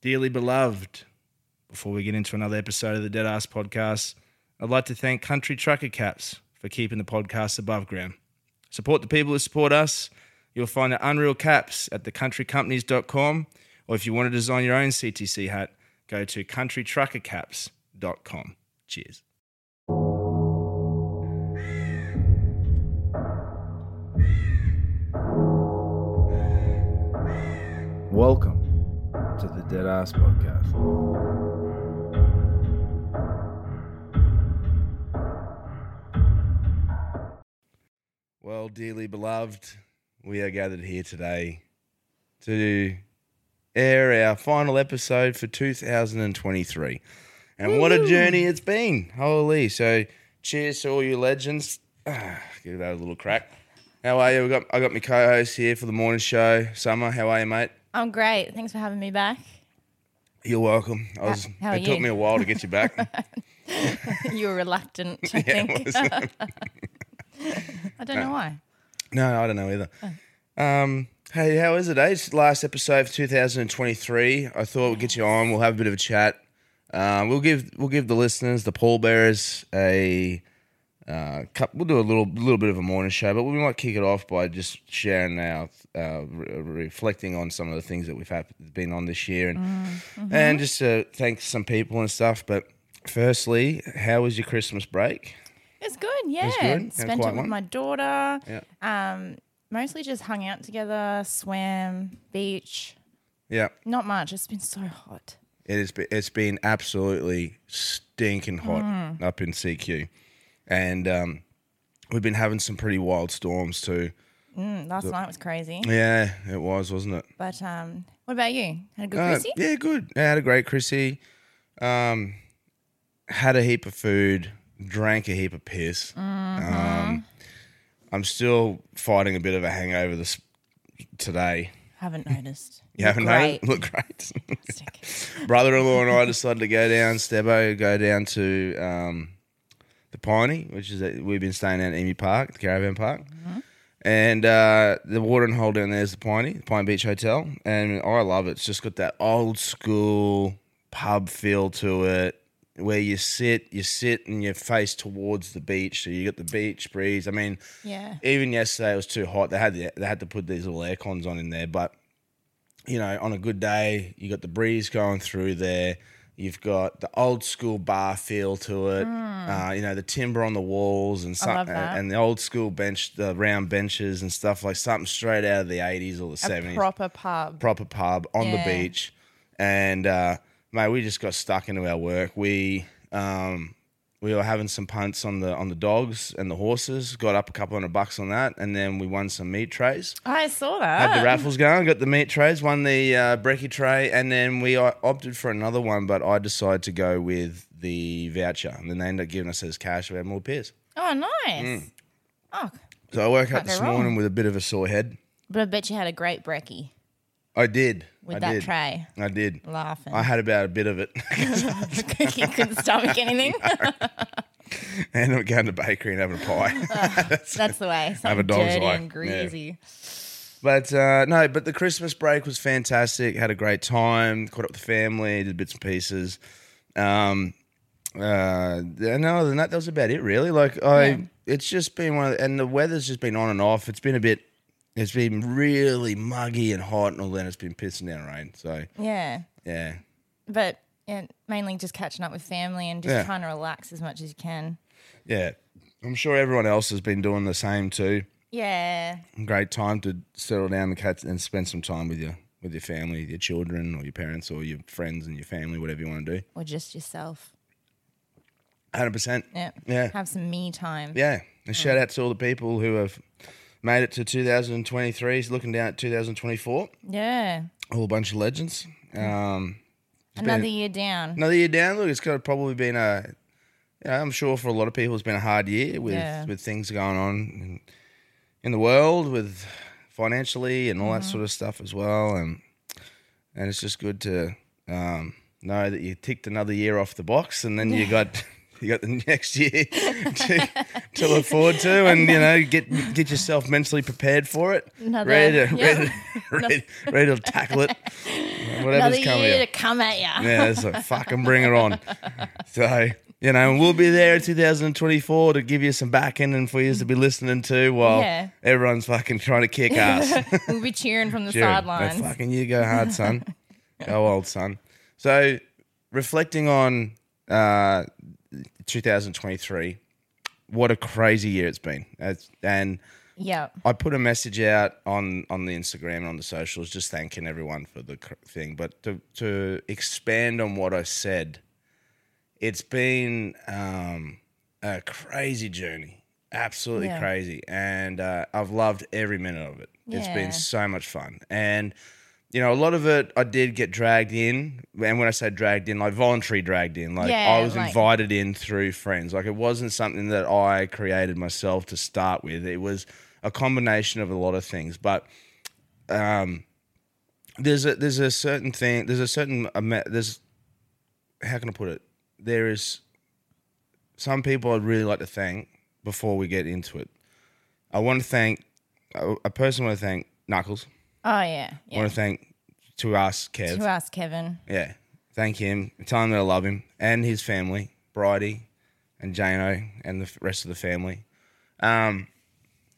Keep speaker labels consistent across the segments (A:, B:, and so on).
A: dearly beloved, before we get into another episode of the Dead Ass Podcast, I'd like to thank Country Trucker Caps for keeping the podcast above ground. Support the people who support us. You'll find the Unreal Caps at thecountrycompanies.com, or if you want to design your own CTC hat, go to countrytruckercaps.com. Cheers. Welcome to the Dead Ass Podcast. Well, dearly beloved, we are gathered here today to air our final episode for 2023. And what a journey it's been. Holy. So, cheers to all you legends. Ah, give that a little crack. How are you? We got, I got my co host here for the morning show. Summer, how are you, mate?
B: I'm Oh, great. Thanks for having me back.
A: You're welcome. I was,
B: how are
A: it took
B: you?
A: me a while to get you back.
B: You were reluctant, I
A: Yeah, it
B: think.
A: was. Uh,
B: I don't know why.
A: no, no, I don't know either. Um, hey, how is it? Eh? It's the last episode for 2023. I thought we'd get you on. We'll have a bit of a chat. Um, we'll give we'll give the listeners, the pallbearers, a uh, cup. We'll do a little little bit of a morning show, but we might kick it off by just sharing our uh, re- reflecting on some of the things that we've had, been on this year, and
B: Mm-hmm.
A: and just to thank some people and stuff. But firstly, how was your Christmas break?
B: It's good, yeah.
A: good. Had
B: Spent
A: quite
B: it with
A: one.
B: my daughter.
A: Yeah.
B: Um, mostly just hung out together, swam, beach.
A: Yeah.
B: Not much. It's been so hot.
A: It has been, it's been absolutely stinking hot up in CQ. And um, we've been having some pretty wild storms too.
B: Mm, last night was crazy.
A: Yeah, it was, wasn't it?
B: But um, what about you? Had a good
A: Uh,
B: Chrissy?
A: yeah, good. I had a great Chrissy. Um, had a heap of food, drank a heap of piss. Um, I'm still fighting a bit of a hangover this today.
B: Haven't noticed.
A: You haven't
B: Great.
A: noticed? Look great.
B: Fantastic.
A: brother-in-law and I decided to go down Stebo, go down to um, the Piney, which is at, we've been staying at Emu Park, the caravan park, and uh, the watering hole down there is the Piney, the Pine Beach Hotel, and I love it. It's just got that old school pub feel to it. Where you sit, you sit and you face towards the beach, so you got the beach breeze. I mean,
B: yeah.
A: even yesterday it was too hot. They had to, they had to put these little air cons on in there, but you know, on a good day, you got the breeze going through there. You've got the old school bar feel to it. Uh, you know, the timber on the walls and some,
B: Hmm.
A: uh,
B: love that.
A: and the old school bench, the round benches and stuff like something straight out of the eighties or the
B: A
A: seventies
B: proper pub.
A: proper pub on
B: Yeah.
A: the beach, and uh, mate, we just got stuck into our work. We um, we were having some punts on the on the dogs and the horses. Got up a couple hundred bucks on that, and then we won some meat trays.
B: I saw that.
A: Had the raffles going, got the meat trays, won the uh, brekkie tray, and then we uh, opted for another one. But I decided to go with the voucher, and then they ended up giving us as cash. We had more beers.
B: Oh, nice.
A: Mm.
B: Oh,
A: So I woke up
B: Can't go
A: this
B: wrong.
A: morning with a bit of a sore head.
B: but I bet you had a great brekkie
A: I did.
B: with
A: I
B: that
A: did.
B: tray.
A: I did.
B: Laughing.
A: I had about a bit of it.
B: you couldn't stomach anything.
A: And I'm going to bakery and having a pie.
B: That's the way. Something
A: a dog's
B: dirty
A: eye.
B: and greasy.
A: but uh, no, but the Christmas break was fantastic. Had a great time. Caught up with the family. Did bits and piees. Um, uh, and other than that, that was about it. Really, like I,
B: Yeah.
A: it's just been one. Of the, and the weather's just been on and off. It's been a bit. It's been really muggy and hot, and all that. It's been pissing down rain. So
B: Yeah.
A: yeah,
B: But yeah, mainly just catching up with family and just
A: Yeah.
B: trying to relax as much as you can.
A: yeah. I'm sure everyone else has been doing the same too.
B: Yeah.
A: great time to settle down and catch and spend some time with your with your family, your children, or your parents, or your friends and your family, whatever you want to do.
B: Or just yourself.
A: Hundred percent.
B: Yeah.
A: Yeah,
B: Have some me time.
A: yeah. And shout out to all the people who have made it to 2023. Looking down at 2024,
B: Yeah.
A: a whole bunch of legends. Um,
B: Another year down.
A: another year down. Look, it's got probably been a. You know, I'm sure for a lot of people, it's been a hard year with
B: Yeah.
A: with things going on in, in the world, with financially and all
B: Mm-hmm.
A: that sort of stuff as well. And and it's just good to um, know that you ticked another year off the box, and then you got. You got the next year to, to look forward to, and you know get get yourself mentally prepared for it,
B: Another-
A: ready to
B: yeah.
A: ready, ready, ready to tackle it. Whatever's
B: Another
A: coming.
B: year to come at ya.
A: Yeah, it's like fucking bring it on. So you know, and we'll be there in 2024 to give you some backing and for you to be listening to while
B: Yeah.
A: everyone's fucking trying to kick ass.
B: we'll be cheering from the
A: Jared,
B: sidelines.
A: No fucking you go hard, son. go old, son. So reflecting on uh, 2023, what a crazy year it's been, It's- and.
B: Yeah.
A: I put a message out on on the Instagram and on the socials, just thanking everyone for the cr- thing. But to to expand on what I said, it's been um, a crazy journey, absolutely
B: Yeah.
A: crazy, and uh, I've loved every minute of it. It's
B: Yeah.
A: been so much fun, and you know, a lot of it I did get dragged in, and when I say dragged in, like voluntary dragged in, like
B: Yeah,
A: I was
B: like-
A: invited in through friends. Like it wasn't something that I created myself to start with. It was a combination of a lot of things, but um, there's a there's a certain thing. There's a certain ama- there's how can I put it? There is some people I'd really like to thank before we get into it. I want to thank I I personally want to thank Knuckles.
B: Oh yeah.
A: I
B: Yeah.
A: want to thank to us, Kev.
B: To ask Kevin.
A: Yeah. Thank him. Tell him that I love him and his family, Bridie and Jano and the f- rest of the family. Um,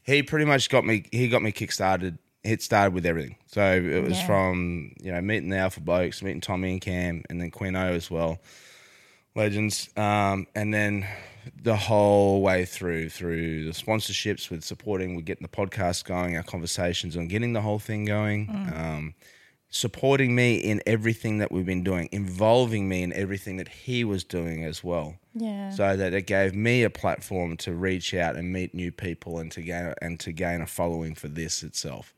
A: he pretty much got me. He got me kickstarted. It started with everything. So it was
B: Yeah.
A: from you know meeting the Alpha Blokes, meeting Tommy and Cam, and then Quino as well, legends. Um, and then the whole way through through the sponsorships with supporting, with getting the podcast going, our conversations on getting the whole thing going. Um, supporting me in everything that we've been doing, involving me in everything that he was doing as well.
B: Yeah.
A: So that it gave me a platform to reach out and meet new people and to gain and to gain a following for this itself.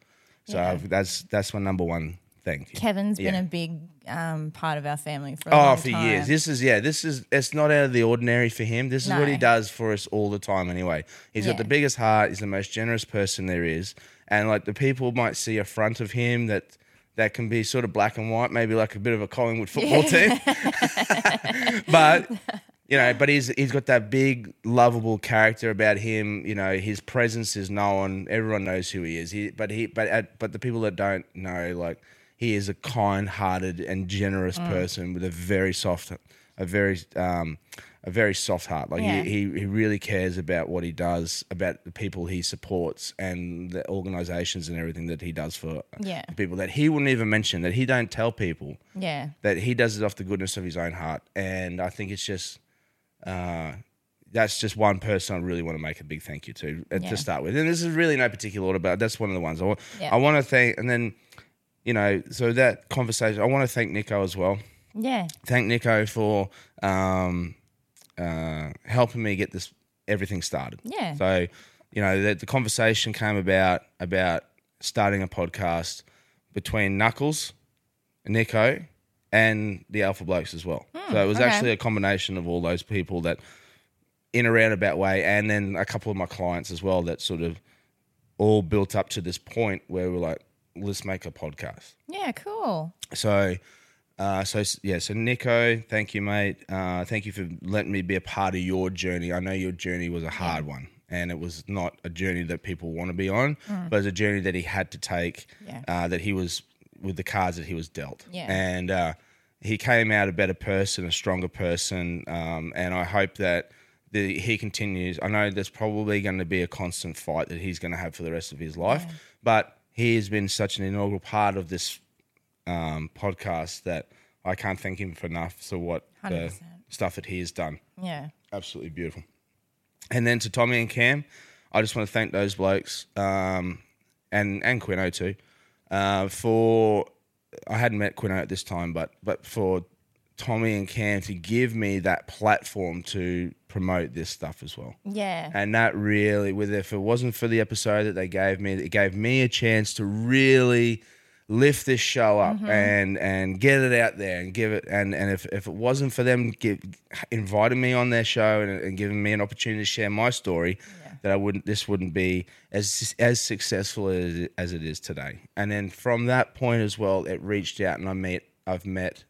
A: So I've, that's that's my number one thank you.
B: Kevin's been
A: Yeah.
B: a big um, part of our family for a
A: Oh,
B: long
A: for
B: time.
A: years. This is yeah. This is it's not out of the ordinary for him. This is what he
B: No.
A: does for us all the time. Anyway, he's got
B: Yeah.
A: the biggest heart. He's the most generous person there is, and like the people might see a front of him that that can be sort of black and white, maybe like a bit of a Collingwood football team, but. You know, but he's he's got that big, lovable character about him. You know, his presence is known; everyone knows who he is. He, but he, but uh, but the people that don't know, like, he is a kind-hearted and generous
B: Mm.
A: person with a very soft, a very, um, a very soft heart. Like
B: Yeah.
A: he, he, he really cares about what he does, about the people he supports, and the organisations and everything that he does for
B: Yeah.
A: the people that he wouldn't even mention that he don't tell people
B: Yeah.
A: that he does it off the goodness of his own heart. And I think it's just uh, that's just one person I really want to make a big thank you to uh,
B: Yeah.
A: to start with. And this is really no particular order, but that's one of the ones I want.
B: Yeah.
A: I want to thank, and then you know, so that conversation. I want to thank Nico as well.
B: Yeah.
A: Thank Nico for um, uh, helping me get this everything started.
B: Yeah.
A: So, you know, the, the conversation came about about starting a podcast between Knuckles, Nico, and the Alpha Blokes as well. so it was
B: Hmm, okay.
A: actually a combination of all those people that, in a roundabout way, and then a couple of my clients as well that sort of all built up to this point where we're like, let's make a podcast.
B: Yeah. Cool.
A: So, uh, so s- yeah, so Nico, thank you, mate. Uh, thank you for letting me be a part of your journey. I know your journey was a hard one, and it was not a journey that people want to be on, but it's a journey that he had to take.
B: Mm. Yeah.
A: Uh, that he was with the cards that he was dealt.
B: Yeah.
A: And uh, he came out a better person, a stronger person, um, and I hope that. The, he continues. I know there's probably going to be a constant fight that he's going to have for the rest of his life, but he has been such an inaugural part of this um, podcast that I can't thank him for enough. So what the
B: 100%.
A: stuff that he has done,
B: Yeah.
A: absolutely beautiful. And then to Tommy and Cam, I just want to thank those blokes um, and and Quino too uh, for I hadn't met Quino at this time, but but for Tommy and Cam to give me that platform to promote this stuff as well.
B: Yeah.
A: And that really, with if it wasn't for the episode that they gave me, it gave me a chance to really lift this show up and and get it out there and give it and and if, if it wasn't for them give, inviting me on their show and, and giving me an opportunity to share my story that I wouldn't this wouldn't be as as successful as, as it is today and then from that point as well it reached out and I met I've met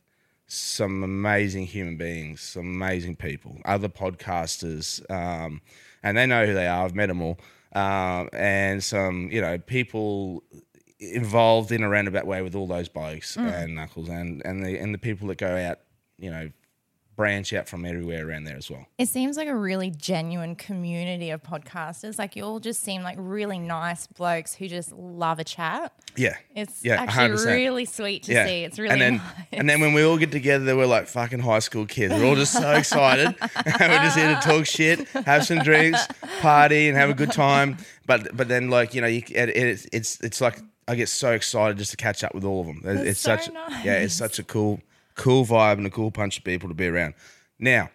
A: some amazing human beings, some amazing people, other podcasters, um, and they know who they are. I've met them all, um, and some you know people involved in a roundabout way with all those blokes and knuckles and and the and the people that go out, you know, branch out from everywhere around there as well.
B: It seems like a really genuine community of podcasters. Like you all just seem like really nice blokes who just love a chat.
A: Yeah,
B: It's
A: yeah,
B: actually
A: 100%.
B: really sweet to see. It's really
A: and then,
B: nice.
A: And then when we all get together, we're like fucking high school kids. We're all just so excited. we're just here to talk shit, have some drinks, party, and have a good time. But but then like you know, you, it, it's it's it's like I get so excited just to catch up with all of them. It's, it's
B: so
A: such yeah, it's such a cool cool vibe and a cool bunch of people to be around. Now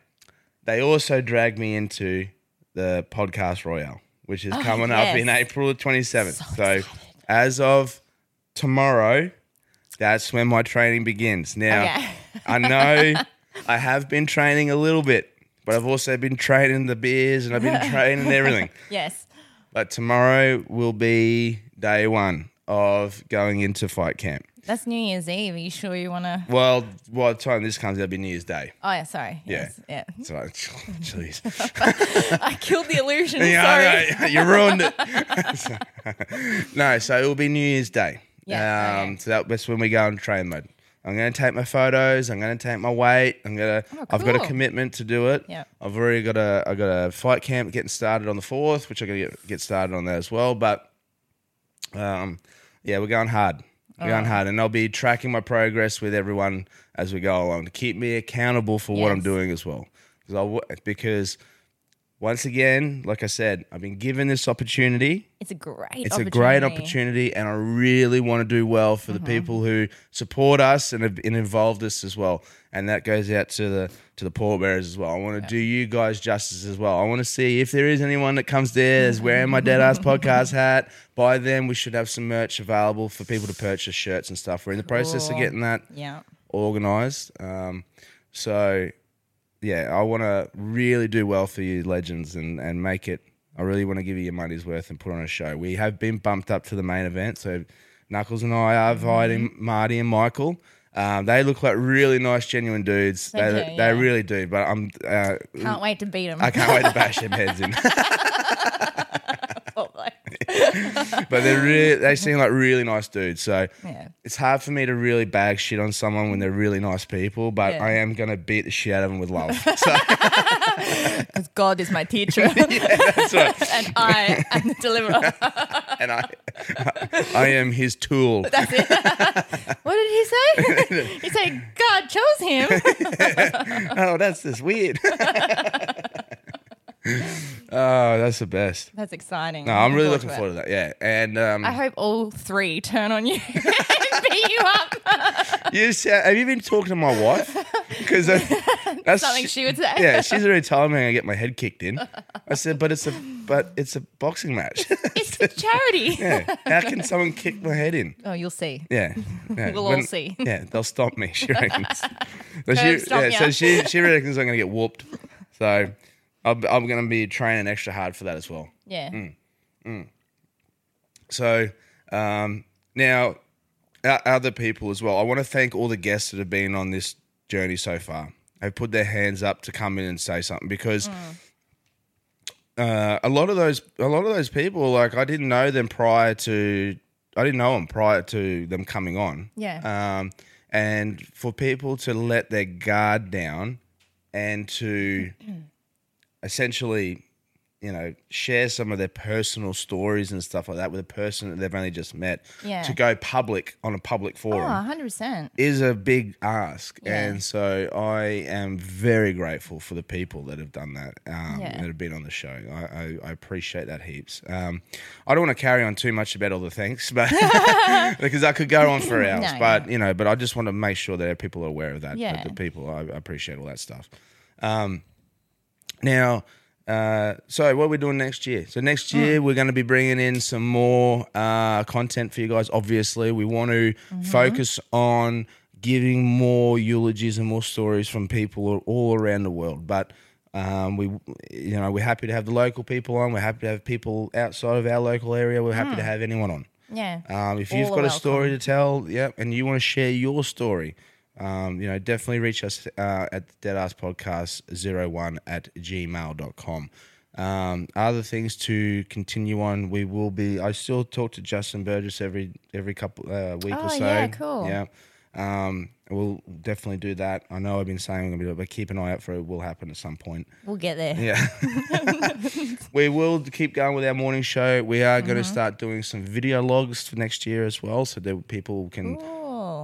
A: they also dragged me into the podcast royale, which is coming up
B: Oh, yes.
A: in April the twenty seventh. So, as of tomorrow, that's when my training begins. Now,
B: Okay.
A: I know I have been training a little bit, but I've also been training the beers and I've been training everything.
B: yes.
A: But tomorrow will be day one of going into fight camp.
B: That's New Year's Eve. Are you sure you want to?
A: Well, by the time this comes, it'll be New Year's Day.
B: Oh, yeah, sorry.
A: Yeah.
B: Yes. Yeah.
A: So, jeez.
B: I killed the illusion.
A: Yeah,
B: sorry.
A: I know. you ruined it. no, so it will be New Year's Day.
B: Yeah,
A: um,
B: okay.
A: So that, that's when we go on train mode. I'm going to take my photos. I'm going to take my weight. I'm gonna. I've got a
B: Oh, cool.
A: commitment to do it.
B: Yep.
A: I've already got a. I got a fight camp getting started on the fourth, which I'm going to get, get started on that as well. But, um, yeah, we're going hard. We're going hard, and I'll be tracking my progress with everyone as we go along to keep me accountable for what I'm
B: Yes.
A: doing as well. Because I w- because once again, like I said, I've been given this opportunity.
B: It's a great.
A: It's a great opportunity, and I really want to do well for the people who support us and have and involved us as well. And that goes out to the to the pallbearers as well. I want to do you guys justice as well. I want to see if there is anyone that comes there is wearing my dead ass podcast hat. By then, we should have some merch available for people to purchase shirts and stuff. We're in the process of
B: Cool.
A: getting that
B: Yeah.
A: organized. Um, so, yeah, I want to really do well for you, legends, and, and make it. I really want to give you your money's worth and put on a show. We have been bumped up to the main event. So, Knuckles and I are fighting
B: Mm-hmm.
A: Marty and Michael. Um, they look like really nice, genuine dudes.
B: They
A: They,
B: do,
A: they
B: yeah.
A: really do. But I'm uh,
B: Can't wait to beat him.
A: I can't wait to bash their heads in. but they really they seem like really nice dudes. So
B: Yeah.
A: it's hard for me to really bag shit on someone when they're really nice people. But
B: Yeah.
A: I am gonna beat the shit out of them with love. So
B: Because God is my teacher,
A: that's right.
B: and I am the deliverer.
A: And I I am his tool.
B: What did he say? he said God chose him.
A: oh, that's just weird. oh, that's the best.
B: That's exciting.
A: No, I'm really looking forward to that. Yeah, and um,
B: I hope all three turn on you and beat you up.
A: you sa- have you been talking to my wife? Because that's
B: Something she would say.
A: yeah, she's already told me I get my head kicked in. I said, but it's a but it's a boxing match.
B: It's for charity.
A: yeah. How can someone kick my head in?
B: Oh, you'll see.
A: Yeah. yeah.
B: We'll all see.
A: Yeah, they'll stop me, she reckons. so, she,
B: stop
A: yeah,
B: ya.
A: so she she reckons I'm gonna get whooped. So I'm, I'm gonna be training extra hard for that as well.
B: Yeah.
A: Mm. So um, now, o- other people as well. I want to thank all the guests that have been on this journey so far. Have put their hands up to come in and say something because
B: Hmm.
A: uh, a lot of those a lot of those people, like I didn't know them prior to I didn't know them prior to them coming on.
B: Yeah.
A: Um, and for people to let their guard down and to essentially, you know, share some of their personal stories and stuff like that with a person that they've only just met
B: Yeah.
A: to go public on a public
B: Oh,
A: forum
B: 100%.
A: is a big ask.
B: Yeah.
A: And so I am very grateful for the people that have done that, um,
B: Yeah.
A: that have been on the show. I, I, I appreciate that heaps. Um, I don't want to carry on too much about all the thanks, but because I could go on for hours.
B: No,
A: but you know, but I just want to make sure that people are aware of that.
B: Yeah.
A: that the people, I I appreciate all that stuff. Um, Now, uh, so what we're doing next year? So next year we're going to be bringing in some more uh, content for you guys. Obviously, we want to focus on giving more eulogies and more stories from people all around the world. But um, we, you know, we're happy to have the local people on. We're happy to have people outside of our local area. We're happy to have anyone on.
B: Yeah.
A: Um, if
B: All
A: you've
B: are
A: got a story to tell, yeah, and you want to share your story, um, you know, definitely reach us uh, at deadass podcast 01 at gmail.com. Um, other things to continue on. We will be. I still talk to Justin Burgess every every couple uh, week
B: Oh,
A: or so.
B: yeah, cool.
A: Yeah. Um, we'll definitely do that. I know I've been saying we're gonna do it, but keep an eye out for it. it. Will happen at some point.
B: We'll get there.
A: Yeah. we will keep going with our morning show. We are going to
B: Mm-hmm.
A: start doing some video logs for next year as well, so that people can.
B: Cool.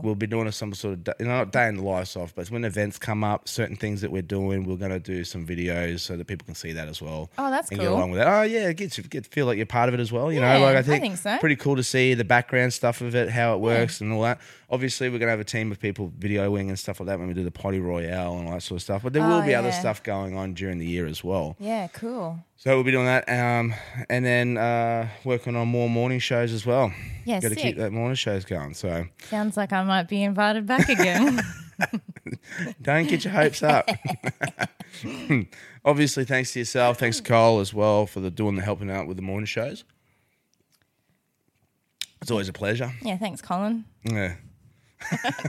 A: We'll be doing some sort of da- not day in the life off, but when events come up, certain things that we're doing, we're going to do some videos so that people can see that as well.
B: Oh, that's
A: and
B: cool.
A: get along with that. Oh yeah, it gets you get feel like you're part of it as well. You know,
B: Yeah,
A: like
B: I
A: I think,
B: think so.
A: pretty cool to see the background stuff of it, how it works, and all that. Obviously, we're going to have a team of people videoing and stuff like that when we do the potty royale and all that sort of stuff. But there
B: Oh,
A: will be other
B: yeah.
A: stuff going on during the year as well.
B: Yeah, cool.
A: So we'll be doing that, um, and then uh, working on more morning shows as well.
B: Yeah,
A: got to
B: sick.
A: keep that morning shows going. So
B: Sounds like I might be invited back again.
A: don't get your hopes up. Obviously, thanks to yourself, thanks to Cole as well for the doing the helping out with the morning shows. It's always a pleasure.
B: yeah, thanks, Colin.
A: Yeah.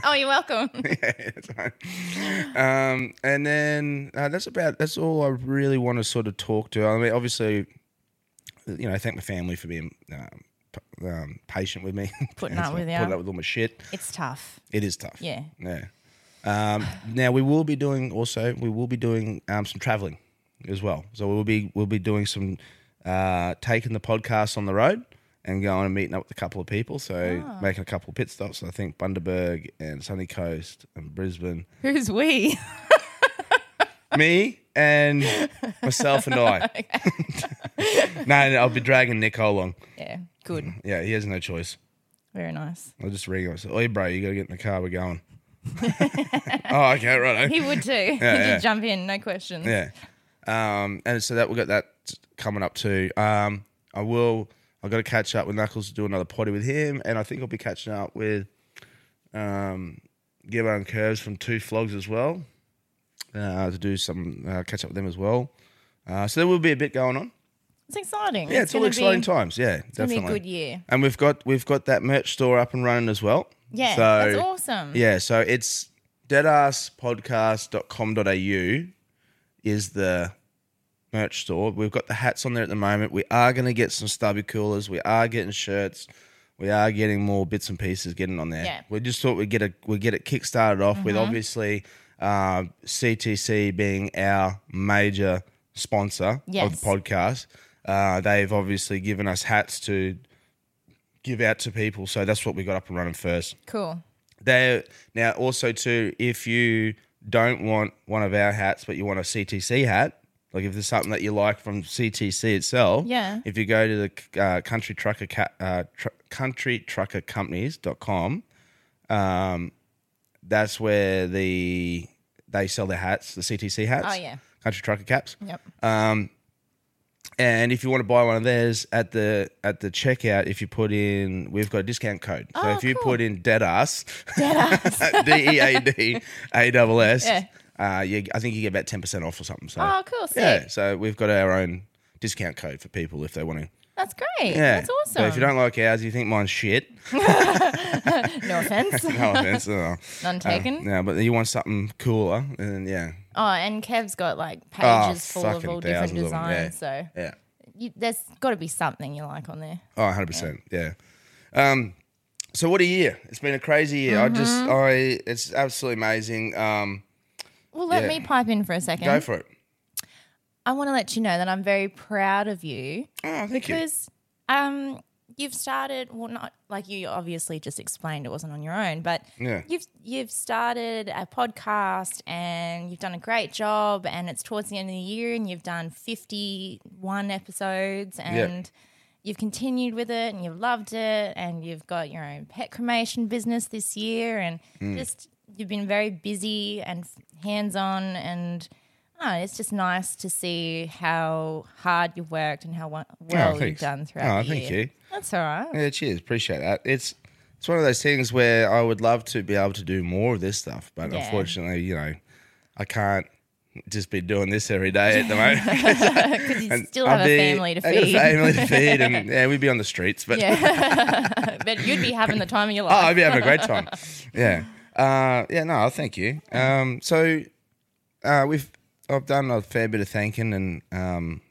B: Oh, you're welcome.
A: It's fine. um, and then uh, that's about that's all I really want to sort of talk to. I mean, obviously, you know, I thank my family for being um, p- um, patient with me,
B: Putting
A: That's
B: up
A: what-
B: with
A: putting
B: ya.
A: up with all my shit.
B: It's tough.
A: It is tough.
B: Yeah.
A: Yeah. Um, now we will be doing also we will be doing um, some traveling as well. So we'll be we'll be doing some uh, taking the podcast on the road and going and meeting up with a couple of people. So
B: Ah.
A: making a couple of pit stops. I think Bundaberg and Sunny Coast and Brisbane.
B: Who's we?
A: Me and myself and I. no, no, I'll be dragging Nicole along.
B: yeah, good.
A: Yeah, he has no choice.
B: Very nice.
A: I'll just ring him. I say, "Oi, bro, you gotta get in the car. We're going." oh, okay, right.
B: He would too. He'd
A: yeah.
B: just jump in, no questions.
A: Yeah. Um, and so that we got that coming up too. Um, I will. I got to catch up with Knuckles to do another potty with him, and I think I'll be catching up with um, Gibbo and Curves from Two Flogs as well uh, to do some uh, catch up with them as well. Uh, so there will be a bit going on.
B: It's exciting.
A: Yeah, it's, all
B: gonna
A: exciting
B: be,
A: times. Yeah,
B: It's
A: definitely.
B: gonna be a good year.
A: And we've got we've got that merch store up and running as well.
B: Yeah,
A: so,
B: that's awesome.
A: yeah, so it's deadasspodcast.com.au is the merch store. We've got the hats on there at the moment. We are going to get some stubby coolers. We are getting shirts. We are getting more bits and pieces getting on there.
B: Yeah. Mm-hmm.
A: We just thought we'd get a we get it kick started off with obviously uh, CTC being our major sponsor of
B: Yes.
A: the podcast. Uh, they've obviously given us hats to give out to people, so that's what we got up and running first.
B: Cool.
A: They now also too. If you don't want one of our hats, but you want a CTC hat, like if there's something that you like from CTC itself,
B: Yeah.
A: If you go to the uh, country trucker ca- uh, tr- country trucker companies.com, um, that's where the they sell their hats, the CTC hats.
B: Oh, yeah.
A: country trucker caps.
B: Yep.
A: And if you want to buy one of theirs at the at the checkout, if you put in, we've got a discount code. So
B: Oh,
A: if you
B: cool.
A: put in dead ass, D E A D A double S,
B: Yeah.
A: uh, you, I think you get about ten percent off or something. So
B: Oh, cool. Sick.
A: yeah, so we've got our own discount code for people if they want to.
B: That's great.
A: Yeah,
B: That's awesome.
A: But if you don't like ours, you think mine's shit.
B: no offense.
A: No offense. uh,
B: None taken.
A: yeah, but you want something cooler, and yeah,
B: Oh, and Kev's got like
A: Oh,
B: pages full of
A: fucking
B: all different
A: thousands of 'em, yeah.
B: designs. So
A: yeah.
B: you, there's got to be something you like on there.
A: Oh, 100 percent. Yeah. Um, so what a year! It's been a crazy year. I just,
B: Mm-hmm.
A: I, it's absolutely amazing. Um,
B: Well, let
A: Yeah.
B: me pipe in for a second.
A: go for it.
B: I want to let you know that I'm very proud of you
A: Oh, thank you.
B: because um, you've started. Well, not like you obviously just explained it wasn't on your own, but
A: Yeah.
B: you've you've started a podcast and you've done a great job. And it's towards the end of the year, and you've done 51 episodes, and you've continued with it, and you've loved it, and you've got your own pet cremation business this year, and
A: Hmm.
B: just you've been very busy and hands on and. Oh, it's just nice to see how hard you've worked and how wo- well you've
A: Oh, thanks.
B: done throughout
A: Oh,
B: the
A: thank
B: year.
A: you.
B: That's all right.
A: Yeah, cheers. Appreciate that. It's it's one of those things where I would love to be able to do more of this stuff, but
B: Yeah.
A: unfortunately, you know, I can't just be doing this every day at the moment.
B: Because you
A: And
B: still
A: I'd
B: have a
A: be-
B: family to
A: I got a
B: feed.
A: family to feed, and yeah, we'd be on the streets, but
B: Yeah. but you'd be having the time of your
A: oh,
B: life.
A: I'd be having a great time. Yeah. Uh, yeah, no, thank you. Um, so uh, we've I've done a fair bit of thanking and um,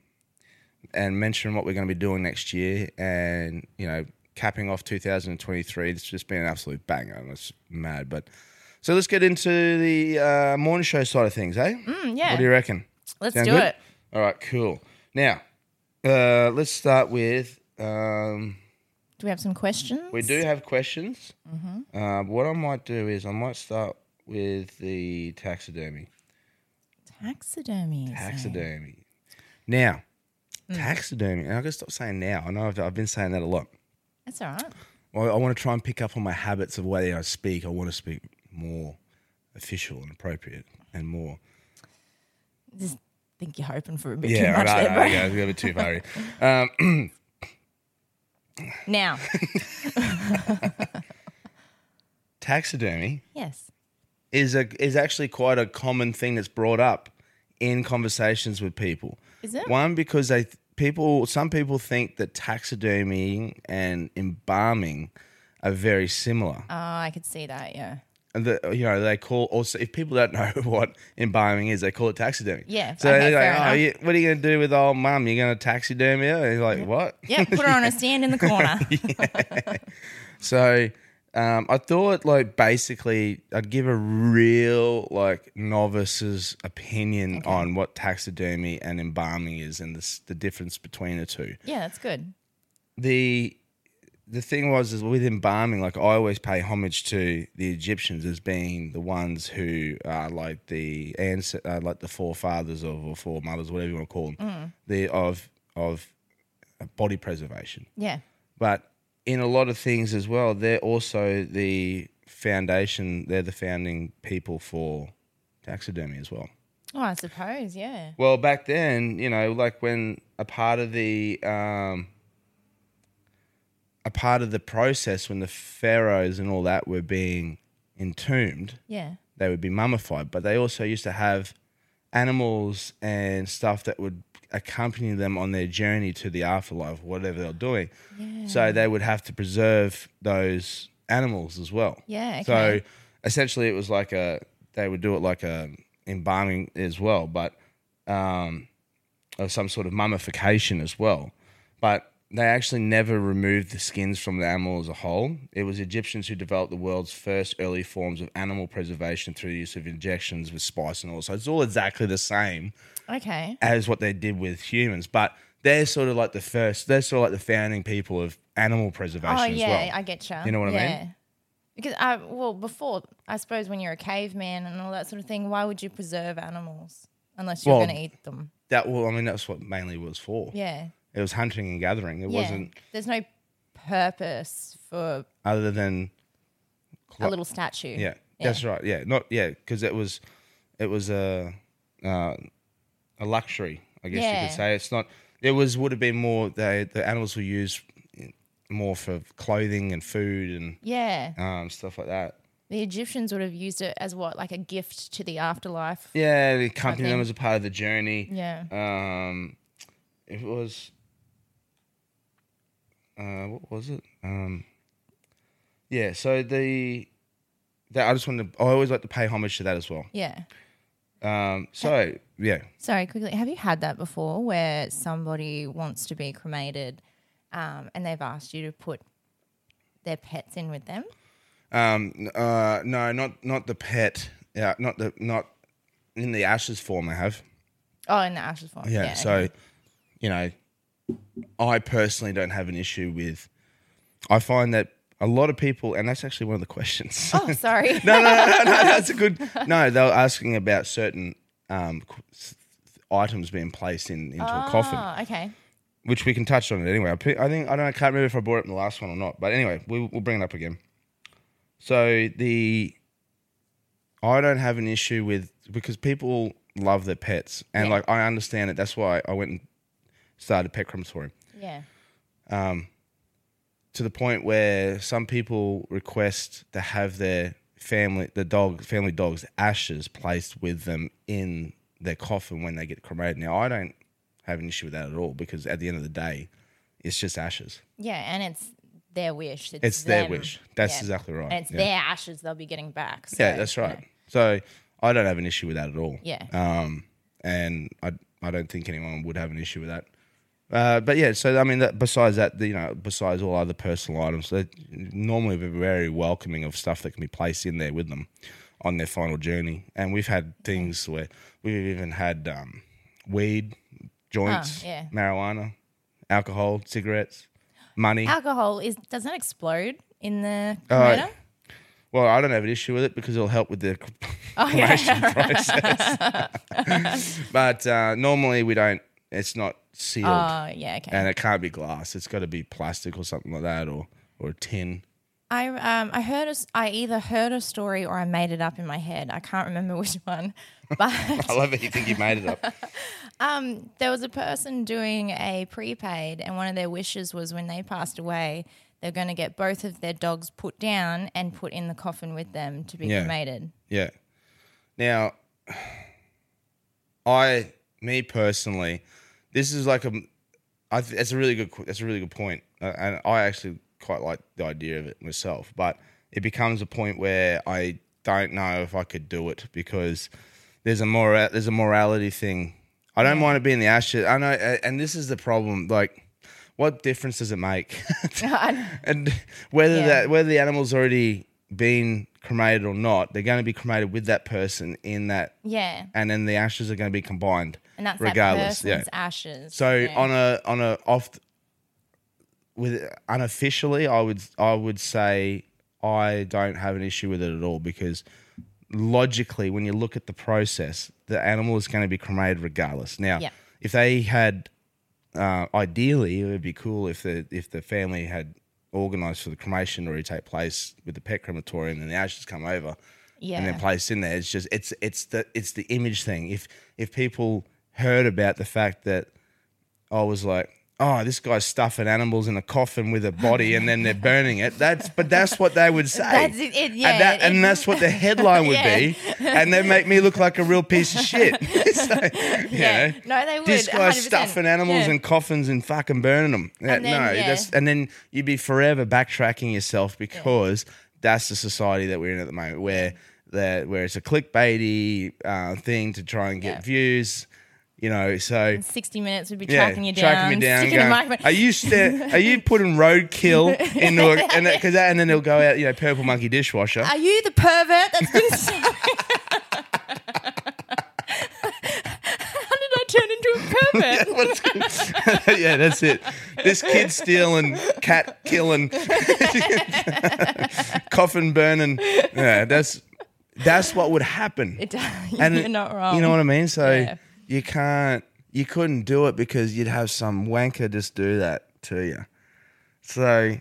A: and mention what we're going to be doing next year, and you know, capping off 2023. It's just been an absolute banger, and it's mad. But so let's get into the uh, morning show side of things, eh?
B: Mm, yeah.
A: What do you reckon?
B: Let's
A: Sound
B: do
A: good?
B: it.
A: All right, cool. Now, uh, let's start with. Um,
B: Do we have some questions?
A: we do have questions. Uh, what I might do is I might start with the taxidermy.
B: Taxidermy. is it?
A: Taxidermy. Now,
B: Hmm.
A: taxidermy. And I gotta stop saying now. I know I've, I've been saying that a lot.
B: That's all right.
A: Well, I want to try and pick up on my habits of the way I speak. I want to speak more official and appropriate and more.
B: Just think you're hoping for a bit too
A: Yeah,
B: much
A: right.
B: there, bro.
A: okay, it's a little bit too far. Um,
B: Now,
A: taxidermy
B: yes.
A: is a is actually quite a common thing that's brought up in conversations with people.
B: Is it?
A: One because they people some people think that taxidermy and embalming are very similar.
B: Oh, I could see that. Yeah.
A: And the, you know, they call also if people don't know what embalming is, they call it taxidermy.
B: Yeah,
A: So they're
B: okay,
A: like,
B: fair
A: "Oh,
B: enough.
A: you, what are you going to do with old mum? You're going to taxidermy her?" And he's like, "What?"
B: Yep. Put her on a stand in the corner.
A: So um, I thought, like, basically, I'd give a real like novice's opinion on what taxidermy and embalming is, and the s- the difference between the two.
B: Yeah, that's good.
A: the the thing was is with embalming, like I always pay homage to the Egyptians as being the ones who are like the ans- uh, like the forefathers of or foremothers, whatever you want to call them, the of of uh, body preservation.
B: Yeah.
A: But in a lot of things as well, they're also the foundation. They're the founding people for taxidermy as well.
B: Oh, I suppose. Yeah.
A: Well, back then, you know, like when a part of the um, a part of the process when the pharaohs and all that were being entombed,
B: Yeah.
A: they would be mummified, but they also used to have animals and stuff that would accompany them on their journey to the afterlife, whatever they're doing. So they would have to preserve those animals as well.
B: Yeah,
A: So
B: okay.
A: essentially, it was like a they would do it like a embalming as well, but um, of some sort of mummification as well. But they actually never removed the skins from the animal as a whole. It was Egyptians who developed the world's first early forms of animal preservation through the use of injections with spice and all. So it's all exactly the same
B: Okay.
A: as what they did with humans, but they're sort of like the first. They're sort of like the founding people of animal preservation
B: Oh
A: as
B: yeah,
A: well.
B: I get you.
A: You know what I mean?
B: yeah. Because I well before I suppose when you're a caveman and all that sort of thing, why would you preserve animals unless you're
A: Well-
B: going to eat them?
A: that well, I mean, that's what mainly was for.
B: Yeah.
A: It was hunting and gathering. It
B: yeah.
A: wasn't
B: There's no purpose for
A: other than
B: a
A: Well,
B: little statue.
A: yeah, that's right. Yeah, not yeah, because it was it was a uh, a luxury, I guess you
B: Yeah.
A: could say. It's not. It was would have been more the the animals were used more for clothing and food and
B: Yeah.
A: um, stuff like that.
B: The Egyptians would have used it as what, like a gift to the afterlife.
A: Yeah, the company them
B: think-
A: as a part of the journey.
B: Yeah.
A: Um, it was. Uh, what was it? Um, yeah. So the that I just wanted. To, I always like to pay homage to that as well.
B: Yeah.
A: Um, so yeah,
B: Sorry, quickly. Have you had that before where somebody wants to be cremated um, and they've asked you to put their pets in with them?
A: um, uh, no, not not the pet. Yeah, not the not in the ashes form. I have.
B: Oh, in the ashes form.
A: Yeah. so,
B: okay.
A: you know, I personally don't have an issue with. I find that a lot of people, and that's actually one of the questions.
B: Oh, sorry.
A: no, no, no, no, no, that's a good. No, they were asking about certain um, qu- s- items being placed in into a coffin,
B: Oh, okay.
A: which we can touch on it anyway. I pe- I think I don't. I can't remember if I brought it in the last one or not. But anyway, we, we'll bring it up again. So the I don't have an issue with because people love their pets, and
B: Yeah.
A: like I understand it. That's why I went and started pet crematorium
B: Yeah.
A: to the point where some people request to have their family, the dog, family dog's ashes placed with them in their coffin when they get cremated. Now, I don't have an issue with that at all because at the end of the day, it's just ashes.
B: Yeah. And it's their wish. It's,
A: It's their
B: them.
A: wish. That's
B: Yeah.
A: exactly right.
B: And it's
A: yeah.
B: their ashes they'll be getting back. So,
A: yeah, that's right. So I don't have an issue with that at all.
B: Yeah.
A: Um, and I, I don't think anyone would have an issue with that. Uh, but yeah, so I mean, that, besides that, the, you know, besides all other personal items, they're normally very welcoming of stuff that can be placed in there with them on their final journey. And we've had things where we've even had um, weed, joints,
B: Oh, yeah.
A: marijuana, alcohol, cigarettes, money.
B: Alcohol is doesn't it explode in the
A: Oh,
B: cremator.
A: well, I don't have an issue with it because it'll help with the
B: Oh, yeah.
A: cremation process. but uh, normally we don't. It's not sealed.
B: Oh yeah, okay.
A: and it can't be glass. It's got to be plastic or something like that, or or tin.
B: I um I heard a s I either heard a story or I made it up in my head. I can't remember which one, but
A: I love it. You think you made it up?
B: Um, there was a person doing a prepaid, and one of their wishes was when they passed away, they're going to get both of their dogs put down and put in the coffin with them to be
A: Yeah.
B: cremated.
A: yeah. Now, I, me personally, this is like a. I, th- that's a really good. qu- That's a really good point, uh, and I actually quite like the idea of it myself. But it becomes a point where I don't know if I could do it because there's a mora- there's a morality thing. I don't mind it being the ashes. I know, a- and this is the problem. Like, what difference does it make? and whether
B: Yeah.
A: that whether the animal's already been cremated or not, they're going to be cremated with that person in that,
B: yeah,
A: and then the ashes are going to be combined.
B: and that's
A: regardless,
B: that person's
A: yeah.
B: ashes.
A: So
B: yeah.
A: on a on a off with unofficially, I would I would say I don't have an issue with it at all because logically, when you look at the process, the animal is going to be cremated regardless. Now,
B: Yeah.
A: if they had, uh, ideally, it would be cool if the if the family had organised for the cremation to take place with the pet crematorium and the ashes come over
B: yeah,
A: and then placed in there. It's just it's it's the it's the image thing. If if people heard about the fact that I was like, oh, this guy's stuffing animals in a coffin with a body and then they're burning it. That's but that's what they would say.
B: That's it- it- yeah,
A: and, that,
B: it-
A: and that's what the headline would be. And they make me look like a real piece of shit. so, you
B: yeah.
A: know.
B: no, they would.
A: This guy's
B: 100%.
A: stuffing animals
B: Yeah.
A: in coffins and fucking burning them. Yeah,
B: And then,
A: no,
B: yeah.
A: that's and then you'd be forever backtracking yourself because that's the society that we're in at the moment, where that where it's a clickbaity uh, thing to try and get
B: Yeah.
A: views. You know, so
B: sixty minutes would be
A: yeah,
B: tracking you down,
A: tracking me down.
B: sticking a
A: going,
B: microphone.
A: are you sta- are you putting roadkill into a and that, cause that, and then it'll go out, you know, purple monkey dishwasher.
B: Are you the pervert that's been? s- How did I turn into a pervert?
A: What's- yeah, that's it. This kid stealing, cat killing, coffin burning. Yeah, that's that's what would happen.
B: It does.
A: And
B: You're
A: it-
B: not wrong.
A: You know what I mean? So
B: Yeah.
A: you can't, you couldn't do it because you'd have some wanker just do that to you. So,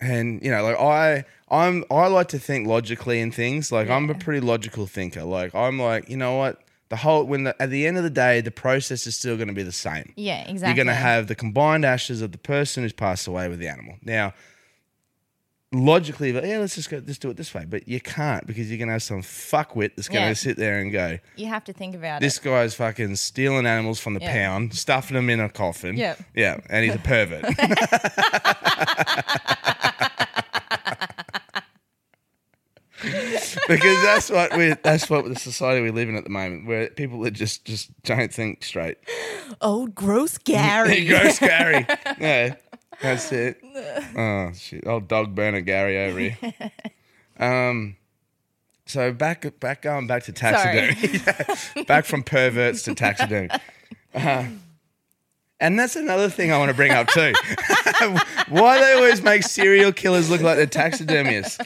A: and you know, like I, I'm, I like to think logically in things. Like I'm a pretty logical thinker. Like I'm like, you know what? The whole when the, at the end of the day, the process is still going to be the same.
B: Yeah, exactly.
A: You're going to have the combined ashes of the person who's passed away with the animal. Now, logically, but yeah, let's just go, just do it this way. But you can't because you're going to have some fuckwit that's going
B: Yeah.
A: to sit there and go,
B: you have to think about
A: this guy's fucking stealing animals from the
B: Yeah.
A: pound, stuffing them in a coffin.
B: Yeah.
A: Yeah. And he's a pervert. because that's what we that's what the society we live in at the moment where people that just just don't think straight.
B: it. Old gross Gary.
A: Gross Gary. Yeah, that's it. Oh shit! Old dog burner Gary over here. Um, so back back going back to taxidermy. Yeah, back from perverts to taxidermy. Uh, and that's another thing I want to bring up too. Why they always make serial killers look like they're taxidermists?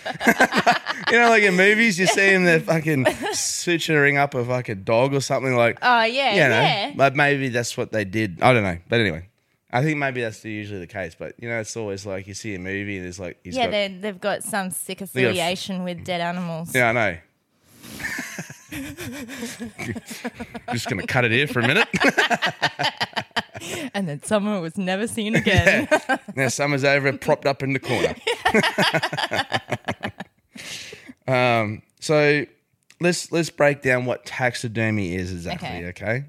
A: you know, like in movies, you see them they're fucking suturing up a fucking dog or something like
B: Oh yeah,
A: you know,
B: yeah.
A: but maybe that's what they did. I don't know, but anyway, I think maybe that's the, usually the case. But you know, it's always like you see a movie and there's like, he's
B: yeah,
A: got,
B: they they've got some sick
A: got-
B: affiliation with dead animals.
A: yeah, I know. Just gonna cut it here for a minute.
B: And then someone was never seen again.
A: now summer's over, propped up in the corner. um, so let's let's break down what taxidermy is exactly.
B: Okay.
A: Okay.